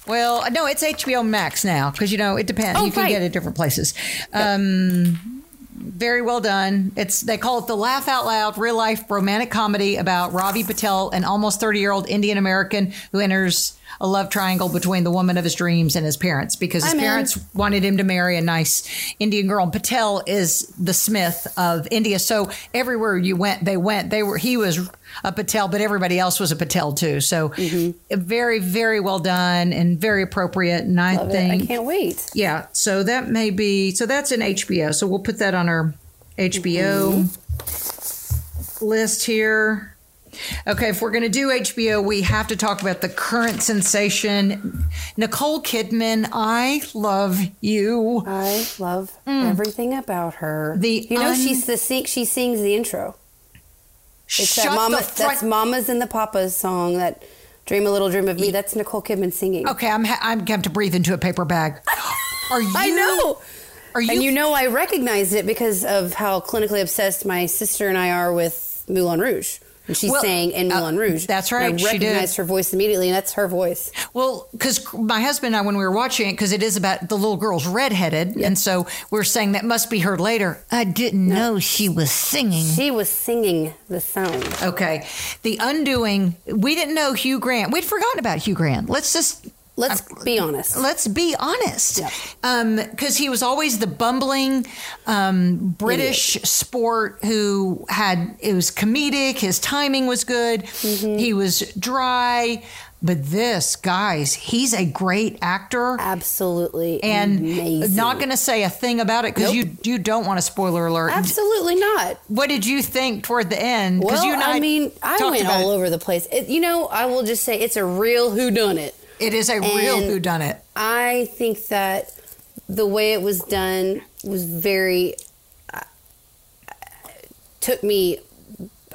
Well, no, it's HBO Max now because you know it depends. Oh, you can right. get it different places. Um, very well done. It's they call it the laugh out loud real life romantic comedy about Ravi Patel, an almost thirty year old Indian American who enters a love triangle between the woman of his dreams and his parents because his I'm in. parents wanted him to marry a nice Indian girl. And Patel is the Smith of India, so everywhere you went, they went. They were he was a Patel, but everybody else was a Patel too. So Mm-hmm. very, very well done and very appropriate. And I Love it. think I can't wait. yeah, so that may be so that's an HBO. So we'll put that on our HBO list here. Okay, if we're going to do HBO, we have to talk about the current sensation Nicole Kidman. I love you. I love everything about her. Mm. The you know un- she's the sing- she sings the intro. It's Shut that mama the that's front. Mama's and the Papa's song that Dream a Little Dream of Me. That's Nicole Kidman singing. okay, I'm ha- I'm going to breathe into a paper bag. Are you? I know. Are you? and you know I recognized it because of how clinically obsessed my sister and I are with Moulin Rouge. And she Well, sang in uh, Moulin Rouge. that's And right, I she did. recognized her voice immediately, and that's her voice. Well, because my husband and I, when we were watching it, because it is about the little girl's redheaded, and so we're saying that must be her later. I didn't know she was singing. She was singing the song. Okay, the undoing. We didn't know Hugh Grant. We'd forgotten about Hugh Grant. Let's just Let's be honest. Uh, let's be honest, Yeah. because he was always the bumbling um, British sport who had it was comedic. His timing was good. He was dry. But this, guys, he's a great actor. Absolutely and amazing. not going to say a thing about it because you you don't want a spoiler alert. Absolutely not. What did you think toward the end? Well, you and I, mean, I talked went about all it. over the place. It, you know, I will just say it's a real who done it. It is a real and- who done it. I think that the way it was done was very uh, took me.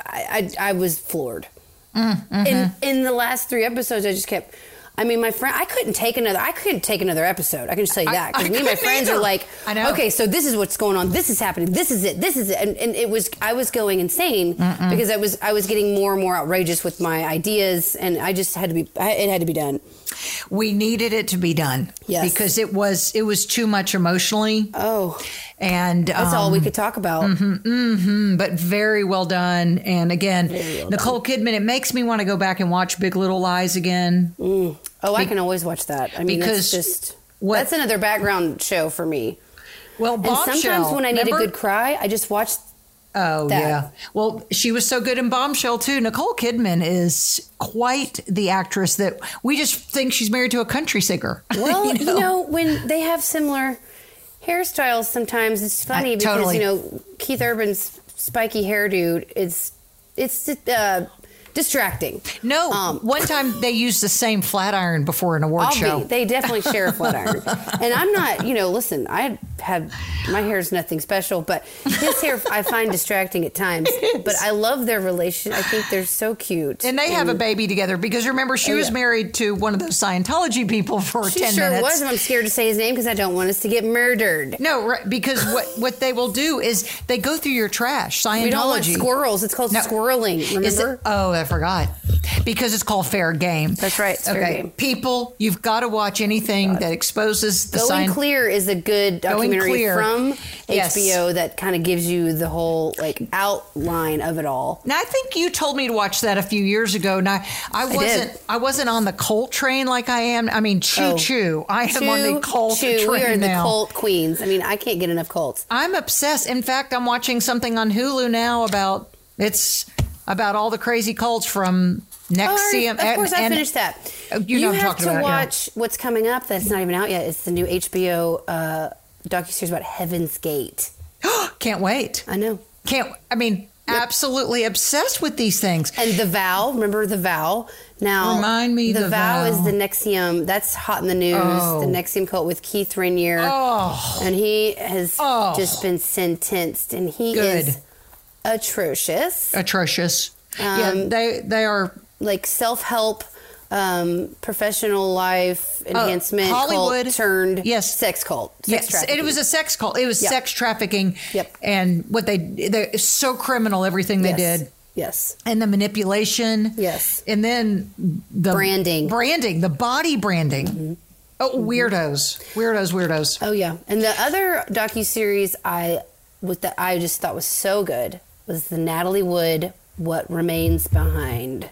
I, I I was floored. Mm, In mm-hmm. in the last three episodes, I just kept. I mean, my friend, I couldn't take another. I couldn't take another episode. I can just tell you that I because me and my couldn't friends are either. like, I know. okay, so this is what's going on. This is happening. This is it. This is it. And, and it was, I was going insane because I was, I was getting more and more outrageous with my ideas, and I just had to be, I, it had to be done. We needed it to be done Yes. because it was it was too much emotionally Oh, and that's um, mm-hmm. all we could talk about. but very well done. And again, Nicole Kidman. It makes me want to go back and watch Big Little Lies again. Oh, I can always watch that. I mean, because that's just what- that's another background show for me. Well, And Bombshell. sometimes when I need remember? a good cry, I just watch. Oh that. yeah. Well, she was so good in Bombshell too. Nicole Kidman is quite the actress that we just think she's married to a country singer. Well, you, know. when they have similar hairstyles, sometimes it's funny Uh, because totally. you know Keith Urban's spiky hairdo. It's it's uh, distracting. no, Um, one time they used the same flat iron before an award I'll show. be. They definitely share a flat iron. and I'm not, you know, listen, I have my hair is nothing special, but his hair I find distracting at times. But I love their relation. I think they're so cute. and they have a baby together because remember she was Mm. Oh, yeah. married to one of those Scientology people for She ten sure minutes. was, and I'm scared to say his name because I don't want us to get murdered. No, right, because what what they will do is they go through your trash. Scientology. We don't want squirrels. It's called No. squirreling. Remember? Is it- oh, I forgot. Because it's called fair game. That's right, it's okay, fair game. people, you've got to watch anything that exposes the Going sign. Clear is a good documentary Clear. from Yes. HBO that kind of gives you the whole like outline of it all. Now I think you told me to watch that a few years ago. and I I did. wasn't I, wasn't on the cult train like I am. I mean, choo Oh. choo. I am on the Choo, cult choo. train We are the now. cult queens. I mean, I can't get enough cults. I'm obsessed. In fact, I'm watching something on Hulu now about it's about all the crazy cults from next Sorry. CM. of course, I and- finished that. Oh, you know I'm have talking to about it, yeah. watch what's coming up that's not even out yet. It's the new HBO uh, docuseries about Heaven's Gate. Can't wait. I know. Can't. I mean, absolutely obsessed with these things. And the vow, remember the vow? Now Remind me the, the vow, is vow. the Nexium. That's hot in the news. Oh. The Nexium cult with Keith Rainier, Oh, and he has Oh. just been sentenced, and he Good. is atrocious. Oh, atrocious. Um, yeah, they they are like self help, um, professional life enhancement, Oh, Hollywood. cult turned Yes. sex cult. Sex yes, it was a sex cult. It was Yeah. sex trafficking. Yep. And what they they it's so criminal everything they Yes. did. Yes. And the manipulation. Yes. And then the Branding. Mm-hmm. Branding, the body branding. Oh, weirdos. Weirdos, weirdos. Oh yeah. And the other docu series I was that I just thought was so good was the Natalie Wood What Remains Behind.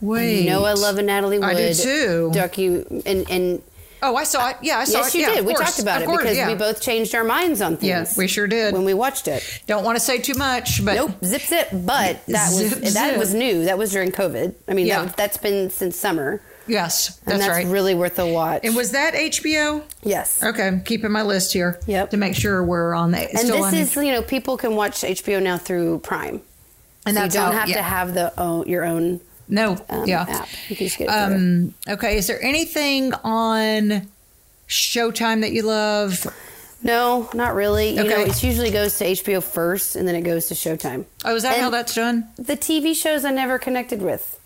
Wait. You know I love a Natalie Wood. I do too. Docu and and Oh, I saw it. Yeah, I saw yes, it. you Yeah, did. of We course. talked about Of it course, because yeah. we both changed our minds on things. Yeah, we sure did. when we watched it. Don't want to say too much, but Nope, zip zip. But that was Zip, that zip. was new. That was during COVID. I mean, Yeah. that, that's been since summer, yes, and that's, that's, right. really worth a watch. and was that HBO? yes. Okay, I'm keeping my list here. Yep. To make sure we're on the And still this on is you know people can watch HBO now through Prime. and So that's you don't how- have yeah. to have the oh, your own No. um, yeah. app. You can just get it through. Um, okay. Is there anything on Showtime that you love? No, not really. You know, okay. it usually goes to HBO first, and then it goes to Showtime. Oh, is that And- how that's done? The TV shows I never connected with.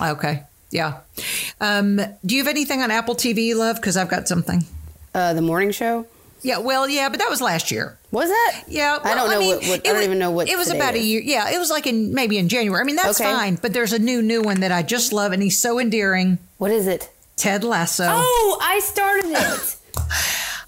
Okay. Yeah. Um, do you have anything on Apple TV you love? Because I've got something. Uh, the morning show Yeah. Well, yeah, but that was last year. was that? Yeah. I well, don't know mean, what. what it I don't was- even know what It was today about a is. year. Yeah. It was like in maybe in January. I mean, that's Okay. fine. But there's a new new one that I just love, and he's so endearing. What is it? Ted Lasso. Oh, I started it.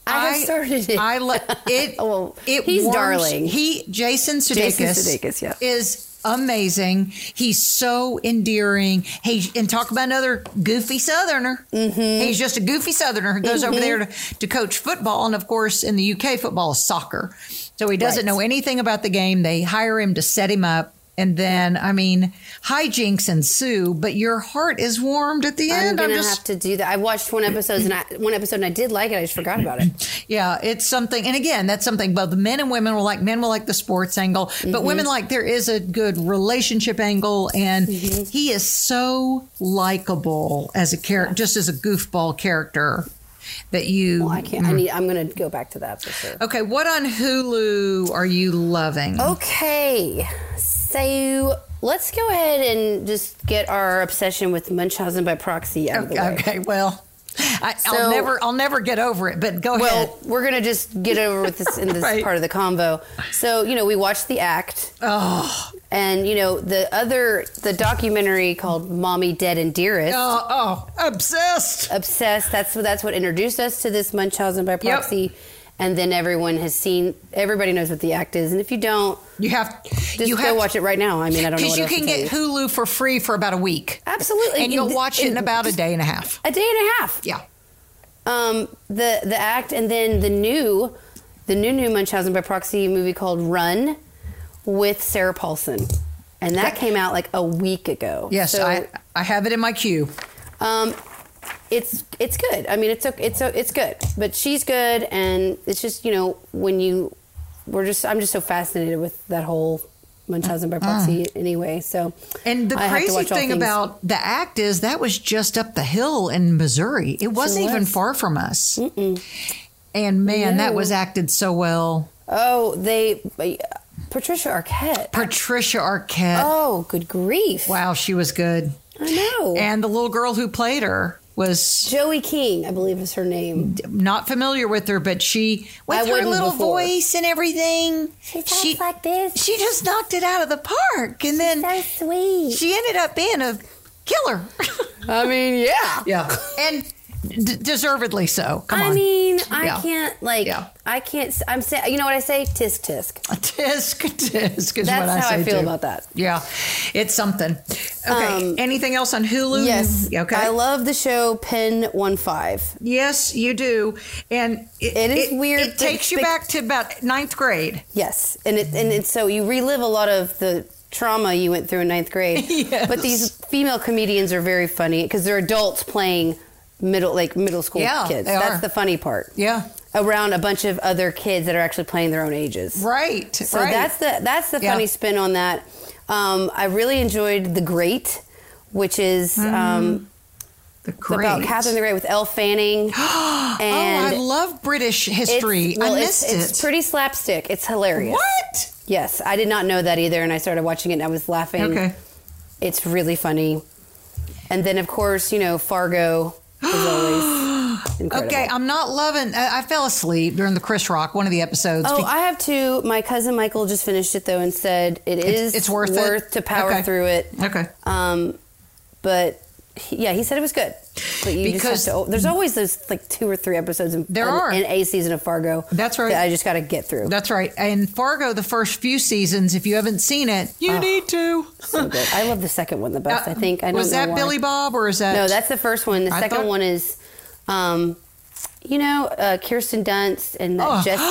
I, have I- started it. Oh, I love it. Well, it he's warms- darling. He Jason Sudeikis, Jason Sudeikis, yeah. is amazing. He's so endearing. He and talk about another goofy Southerner. Mm-hmm. He's just a goofy Southerner who goes over there to, to coach football, and of course, in the UK, football is soccer. So he doesn't Right. know anything about the game. They hire him to set him up. And then, I mean, hijinks ensue, but your heart is warmed at the I'm end. gonna have to do that. I watched one episode and I one episode and I did like it. I just forgot about it. Yeah, it's something, and again, that's something both men and women will like. Men will like the sports angle, Mm-hmm. but women like there is a good relationship angle, and Mm-hmm. he is so likable as a character, just as a goofball character that you. Oh, I can't. I need. I'm gonna go back to that for sure. okay, what on Hulu are you loving? Oh, Okay, so let's go ahead and just get our obsession with Munchausen by proxy out of the way. okay, well, I, I'll So- never, I'll never get over it. But go ahead. Well, we're gonna just get over with this in this Right. part of the convo. So you know, we watched the act. Oh, And you know the other the documentary called "Mommy Dead and Dearest." Oh, oh, obsessed. obsessed. That's what that's what introduced us to this Munchausen by proxy. And then everyone has seen. Everybody knows what the act is, and if you don't, You have, just you go have watch it right now. I mean, I don't know because what you else to can tell get you. Hulu for free for about a week. absolutely, and you'll watch it in about a just day and a half. a day and a half. Yeah. Um, the the act, and then the new, the new new Munchausen by proxy movie called Run, with Sarah Paulson, and that came out like a week ago. Yes, So, I I have it in my queue. Um, it's it's good. I mean, it's o- it's o- it's good. But she's good, and it's just you know when you we're just I'm just so fascinated with that whole Munchausen by proxy anyway. So And the I have to crazy watch all thing things. about the act is that was just up the hill in Missouri. It wasn't even was. far from us. And man, that was acted so well. oh they Patricia Arquette. Patricia Arquette. Oh, good grief! Wow, she was good. I know. And the little girl who played her was Joey King, I believe is her name. not familiar with her, but she with I her wasn't little before. voice and everything. She talks like this. She just knocked it out of the park, and then so sweet. she ended up being a killer. I mean, yeah. Yeah. And d- deservedly so. Come I on. mean, I Yeah. can't like Yeah. I can't s- I'm saying you know what I say? Tisk tisk. tisk, tisk is what That's I how say I feel too. about that. Yeah. It's something. Okay. Um, Anything else on Hulu? Yes. Okay. I love the show Pen One Five. yes, you do. And it, It is weird, It but- takes you but- back to about ninth grade. Yes, and it and it's so you relive a lot of the trauma you went through in ninth grade. Yes. But these female comedians are very funny because they're adults playing middle like middle school Yeah, kids. they That's are. the funny part. Yeah. Around a bunch of other kids that are actually playing their own ages. Right. So right. that's the that's the Yeah. funny spin on that. Um, I really enjoyed The Great, which is um, the Mm-hmm. great. about Catherine the Great with Elle Fanning. and oh, I love British history. well, I it's, missed it's it. pretty slapstick. It's hilarious. what? Yes, I did not know that either, and I started watching it and I was laughing. Okay. It's really funny. And then, of course, you know, Fargo is always incredible. Okay, um, I'm not loving. I, I fell asleep during the Chris Rock one of the episodes. Oh, be- I have two. My cousin Michael just finished it though and said it is it's worth it? to power Okay. through it. okay, Um, but he- yeah, he said it was good. But you Because- just have to. There's always those like two or three episodes in, There in- are. in a season of Fargo. That's right. That I just got to get through. that's right. And Fargo, the first few seasons, if you haven't seen it, you need to. so good. I love the second one the best. Oh. I think. I don't Uh, was know that why. Billy Bob or is that No, that's the first one. The I second thought- one is, um, you know, uh, Kirsten Dunst and that Jesse.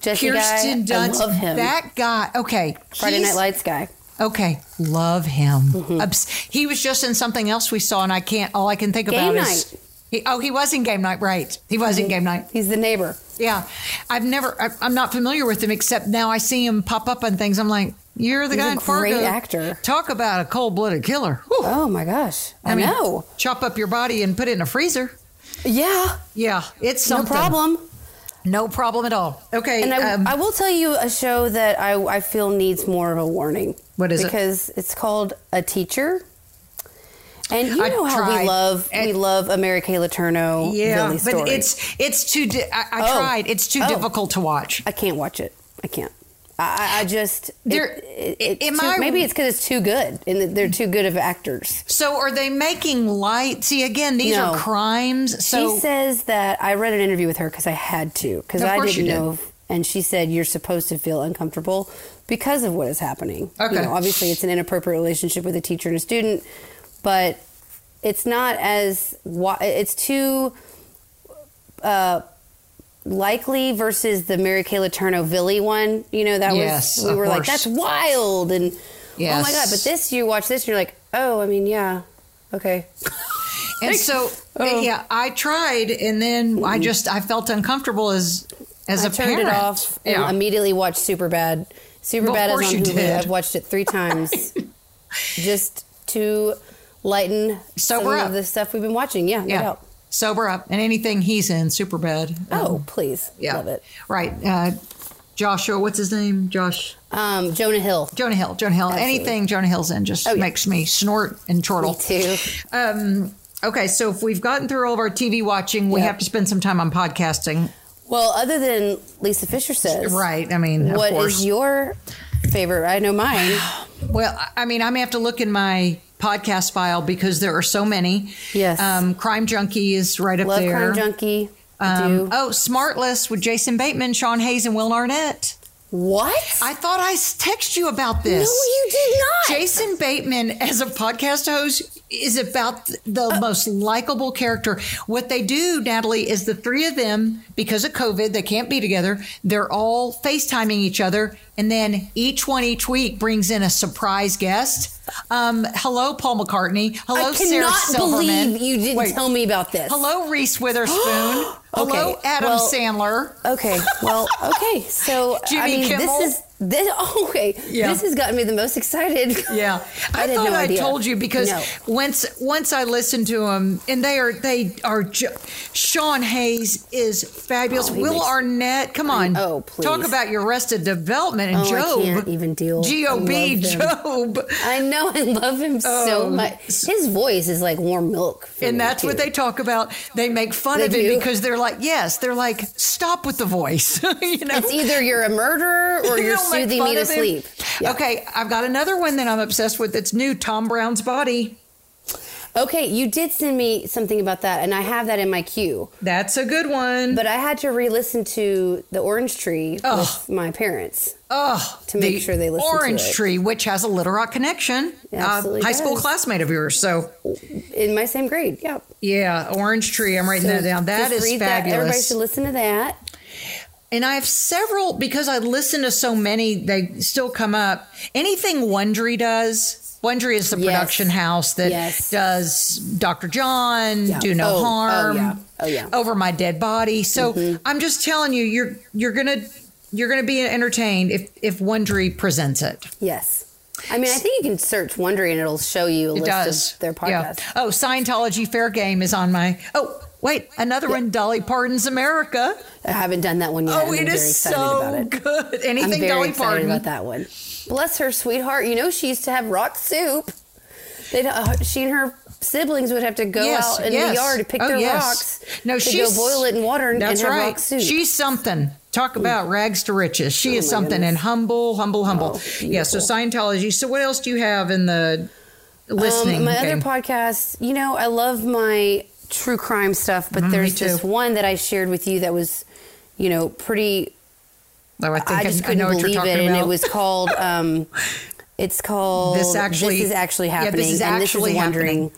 Jesse Oh. Kirsten guy. Dunst? I love him. That guy. Okay, Friday he's- Night Lights guy. Okay, love him. Mm-hmm. Obs- he was just in something else we saw, and I can't. All I can think Game Mm-hmm. about is. He, oh, he was in game night, right? He was in game night. He's the neighbor. Yeah, I've never. I, I'm not familiar with him except now I see him pop up on things. I'm like, you're the He's guy a in Fargo. great actor. Talk about a cold blooded killer. Whew. Oh my gosh. I, mean, know. Chop up your body and put it in a freezer. Yeah. Yeah, it's something. No problem. No problem at all. Okay. And I, um, I will tell you a show that I, I feel needs more of a warning. What is it? Because it's called A Teacher. And you I know how tried. we love we And- love America Letourneau yeah, Billy but story. it's it's too. Di- I, I Oh. tried. It's too Oh. difficult to watch. I can't watch it. I can't. I, I- I just There- it, it, it's am too- I- maybe it's because it's too good and that they're too good of actors. So are they making light? See again, these No. are crimes. So she says that I read an interview with her because I had to because Of I course didn't you did. know. And she said you're supposed to feel uncomfortable because of what is happening. You Okay. know, obviously, it's an inappropriate relationship with a teacher and a student, but it's not as wa- it's too uh, likely versus the Mary Kay Letourneau Villy one. You know that Yes, was we of were like course. that's wild and oh my god. Yes. But this you watch this and you're like oh I mean yeah okay and so Oh. yeah, I tried, and then I just I felt uncomfortable as as a I turned parent. it off and Yeah. immediately watched Super Bad. Super Well, Bad of is course on you Hulu. did. I've watched it three times just to lighten some Sober up. of the stuff we've been watching. Yeah, no yeah. doubt. Sober up and anything he's in, super bad. Oh, please. Mm-hmm. yeah. Love it. Right. Uh, Joshua, what's his name? Josh. Um, Jonah Hill. Jonah Hill. Jonah Hill. Absolutely. Anything Jonah Hill's in just Oh, yeah. makes me snort and chortle. Me too. Um, okay, so if we've gotten through all of our TV watching, we Yeah. have to spend some time on podcasting. Well, other than Lisa Fisher says, Right. I mean, of What course. is your favorite? I know mine. Well, I- I mean, I may have to look in my podcast file because there are so many. Yes. Um, Crime Junkie is right up Love there. Crime Junkie. I Um, do. oh, Smartless with Jason Bateman, Sean Hayes, and Will Arnett. What? I thought I s- text you about this. no, you did not. Jason Bateman, as a podcast host, is about the Oh. most likable character. What they do, Natalie, is the three of them, because of COVID, they can't be together. They're all FaceTiming each other. And then each one each week brings in a surprise guest. Um, hello, Paul McCartney. Hello, I Sarah cannot Silverman. believe you didn't Wait. tell me about this. Hello, Reese Witherspoon. Hello, Okay, Adam well- Sandler. Okay. Well, okay. So I Jimmy mean, Kimmel? this is this. oh, okay, Yeah. this has gotten me the most excited. Yeah, I, had thought no I idea. told you because No. once once I listened to them, and they are they are. Ju- Sean Hayes is fabulous. Oh, he Will makes- Arnett, come on. oh, please. talk about your Arrested Development and Oh, I Job. can't even deal. I Gob love Job, I know. I love him so Oh. much. His voice is like warm milk. for and me, that's what too. they talk about. They make fun They of it do. because they're like, yes, they're like, stop with the voice. you know, It's either you're a murderer or You you're don't make soothing fun me to of him. sleep. Yeah. Okay, I've got another one that I'm obsessed with. That's new. Tom Brown's Body. Okay, you did send me something about that, and I have that in my queue. That's a good one. But I had to re-listen to the Orange Tree with my parents. Oh, to make sure they listen to Orange it. Tree, which has a Little Rock connection, It uh, absolutely high school does. classmate of yours. So in my same grade. Yeah. yeah, Orange Tree. I'm writing that down. That just is read Everybody fabulous. should listen to that. and I have several because I listen to so many. They still come up. Anything Wondery does. Wondery is the Yes. production house that Yes. does Dr. John, Yeah. Do No Oh, oh, Harm, yeah. Oh, yeah. Mm-hmm. Over My Dead Body. So I'm just telling you, you're you're gonna you're gonna be entertained if if Wondery presents it. Yes. I mean, I think you can search Wondery and it'll show you a It list does. of their Yeah. podcasts. Oh, Scientology Fair Game is on my. Oh, Wait, another one, Dolly Parton's America. I haven't done that one yet. oh, and I'm it very is excited about so it. good. I'm Anything very Dolly excited Parton. about that one. Bless her, sweetheart. You know she used to have rock soup. They'd, uh, she and her siblings would have to go Yes, out in yes. the yard to pick Oh, their yes. rocks. No, to she's- go boil it in water and, That's and have right. rock Oh soup. She's something. Talk about rags to riches. She is something and humble, humble, Oh, humble. yeah. So Scientology. So what else do you have in the listening? Um, my game? other podcast, you know, I love my true crime stuff, but there's this Mm, too. one that I shared with you that was, you know, pretty. oh, I think I I, just I couldn't know what you're believe it, talking and about. it was called. Um, it's called. This actually- is actually yeah, this happening. is and actually this is wondering.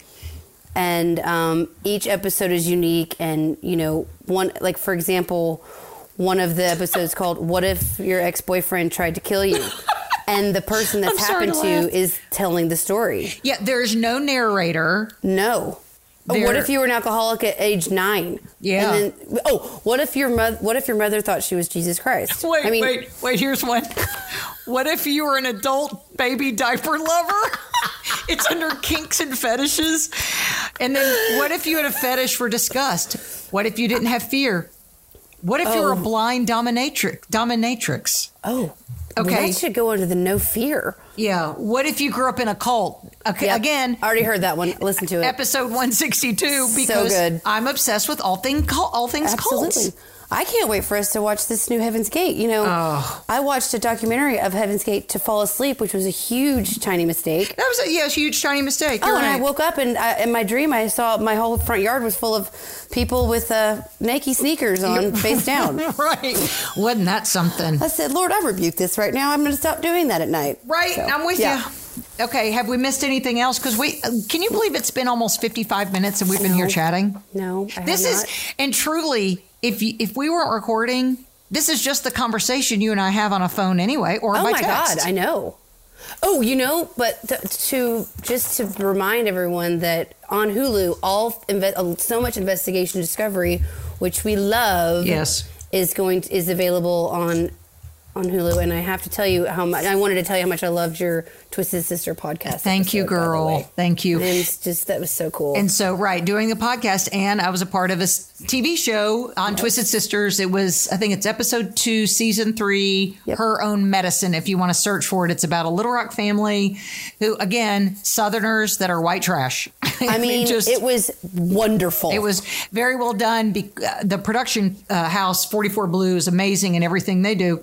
And um, each episode is unique, and you know, one like for example, one of the episodes called "What if your ex boyfriend tried to kill you?" And the person I'm that's sorry happened to laugh. to is telling the story. yeah. There's no narrator. No. Oh, What There- if you were an alcoholic at age nine? Yeah. And then, oh, what if your mother? What if your mother thought she was Jesus Christ? Wait, I mean, wait, wait. Here's one. What if you were an adult baby diaper lover? it's under kinks and fetishes. And then what if you had a fetish for disgust? What if you didn't have fear? What if you were a blind dominatrix? Dominatrix. Oh, well, Okay. that should go under the no fear. Yeah. What if you grew up in a cult? Okay. Yep. Again, I already heard that one. Listen to it. episode 162 because good. I'm obsessed with all thing cult, all things Absolutely. cults. I can't wait for us to watch this new Heaven's Gate. You know, Oh. I watched a documentary of Heaven's Gate to fall asleep, which was a huge, tiny mistake. That was a yeah, it was a huge tiny mistake. Oh, You're and I right. woke up and I, in my dream I saw my whole front yard was full of people with uh, Nike sneakers on, face down. right. Wasn't that something? I said, Lord, I rebuke this right now. I'm going to stop doing that at night. Right, So, I'm with yeah. you. Okay, have we missed anything else? Because we uh, can you believe it's been almost 55 minutes and we've been here No. chatting. No, I this have is not. and truly, if you, if we weren't recording, this is just the conversation you and I have on a phone anyway, or Oh by my text. God, I know. Oh, you know, but th- to just to remind everyone that on Hulu, all inve- uh, so much investigation discovery, which we love, Yes. is going to, is available on on Hulu. And I have to tell you how much I wanted to tell you how much I loved your Twisted Sister podcast. Thank you, episode, by the girl. way. Thank you. And it's just that was so cool. And so, right, doing the podcast, and I was a part of a s- TV show on Twisted Sisters. It was, I think it's episode two, season three, Yep. Her Own Medicine. If you want to search for it, it's about a Little Rock family who, again, Southerners that are white trash. I mean, it was wonderful. it was very well done. Be- uh, the production uh, house, 44 Blue, is amazing and everything they do.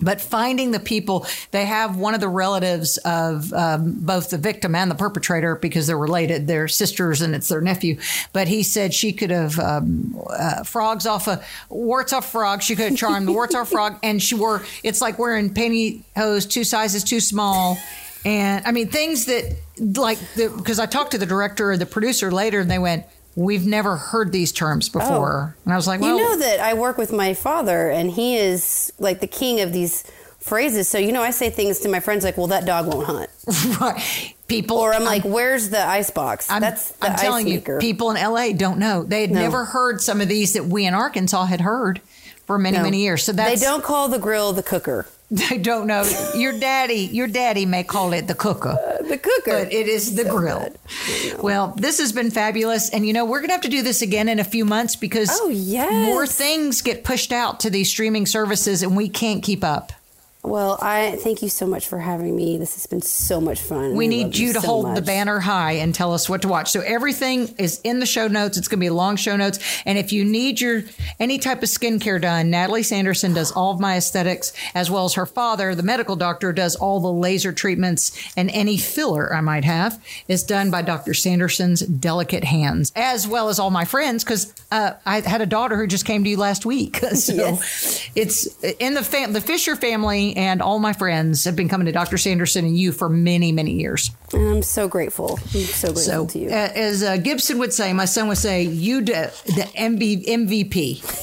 But finding the people, they have one of the relatives of um, both the victim and the perpetrator because they're related. They're sisters and it's their nephew. But he said she could have um, uh, frogs off a warts off frog. She could have charmed the warts off frog, and she wore it's like wearing pantyhose two sizes too small. And I mean, things that like because I talked to the director or the producer later, and they went, "We've never heard these terms before." And I was like, "Well, Oh. you know that I work with my father, and he is like the king of these phrases. So you know, I say things to my friends like, "Well, that dog won't hunt," right, people." or I'm like, "Where's the ice box?" That's the I'm ice telling maker. you, people in LA don't know. They had never heard some of these that we in Arkansas had heard for many, No. many years. So that's they don't call the grill the cooker. They don't know. Your daddy, your daddy may call it the cooker. The cooker. But it is the grill. Well, this has been fabulous. And you know, we're going to have to do this again in a few months because Oh, yes. more things get pushed out to these streaming services and we can't keep up. well, I thank you so much for having me. This has been so much fun. We I need love you to so hold the much. banner high and tell us what to watch. So everything is in the show notes. It's going to be long show notes. And if you need your any type of skincare done, Natalie Sanderson does all of my aesthetics, as well as her father, the medical doctor, does all the laser treatments and any filler I might have is done by Dr. Sanderson's delicate hands, as well as all my friends. Because uh, I had a daughter who just came to you last week, so it's in the fam- the Fisher family and all my friends have been coming to Dr. Sanderson and you for many many years. And I'm so grateful. I'm so grateful So, to you. uh, as uh, Gibson would say, my son would say, "You da, the MB, MVP."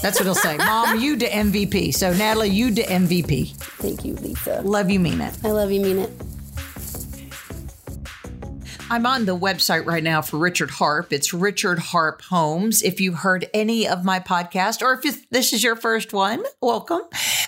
That's what he'll say, "Mom, you da MVP." So, Natalie, you da MVP. thank you, Lisa. Love you, mean it. I love you, mean it. I'm on the website right now for Richard Harp. It's Richard Harp Homes. If you heard any of my podcast, or if this is your first one, welcome.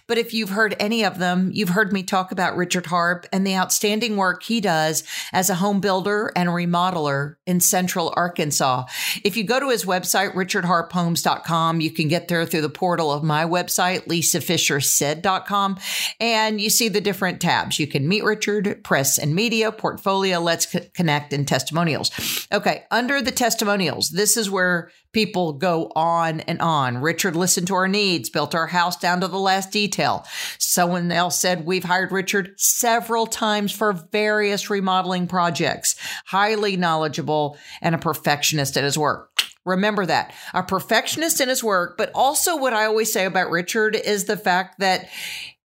But if you've heard any of them, you've heard me talk about Richard Harp and the outstanding work he does as a home builder and remodeler in central Arkansas. If you go to his website, richardharphomes.com, you can get there through the portal of my website, lisafishersaid.com, and you see the different tabs. You can meet Richard, press and media, portfolio, let's Co- connect, and testimonials. Okay, under the testimonials, this is where people go on and on. Richard listened to our needs, built our house down to the last detail. Someone else said we've hired Richard several times for various remodeling projects. Highly knowledgeable and a perfectionist at his work. Remember that. A perfectionist in his work, but also what I always say about Richard is the fact that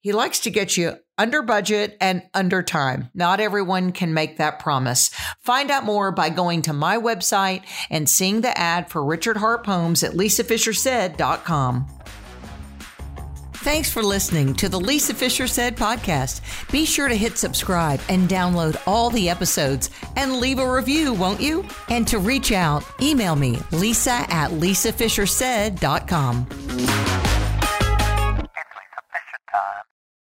he likes to get you under budget and under time. Not everyone can make that promise. Find out more by going to my website and seeing the ad for Richard Harp Homes at lisafishersaid.com. Thanks for listening to the Lisa Fisher Said podcast. Be sure to hit subscribe and download all the episodes and leave a review, won't you? And to reach out, email me, lisa at lisafishersaid.com.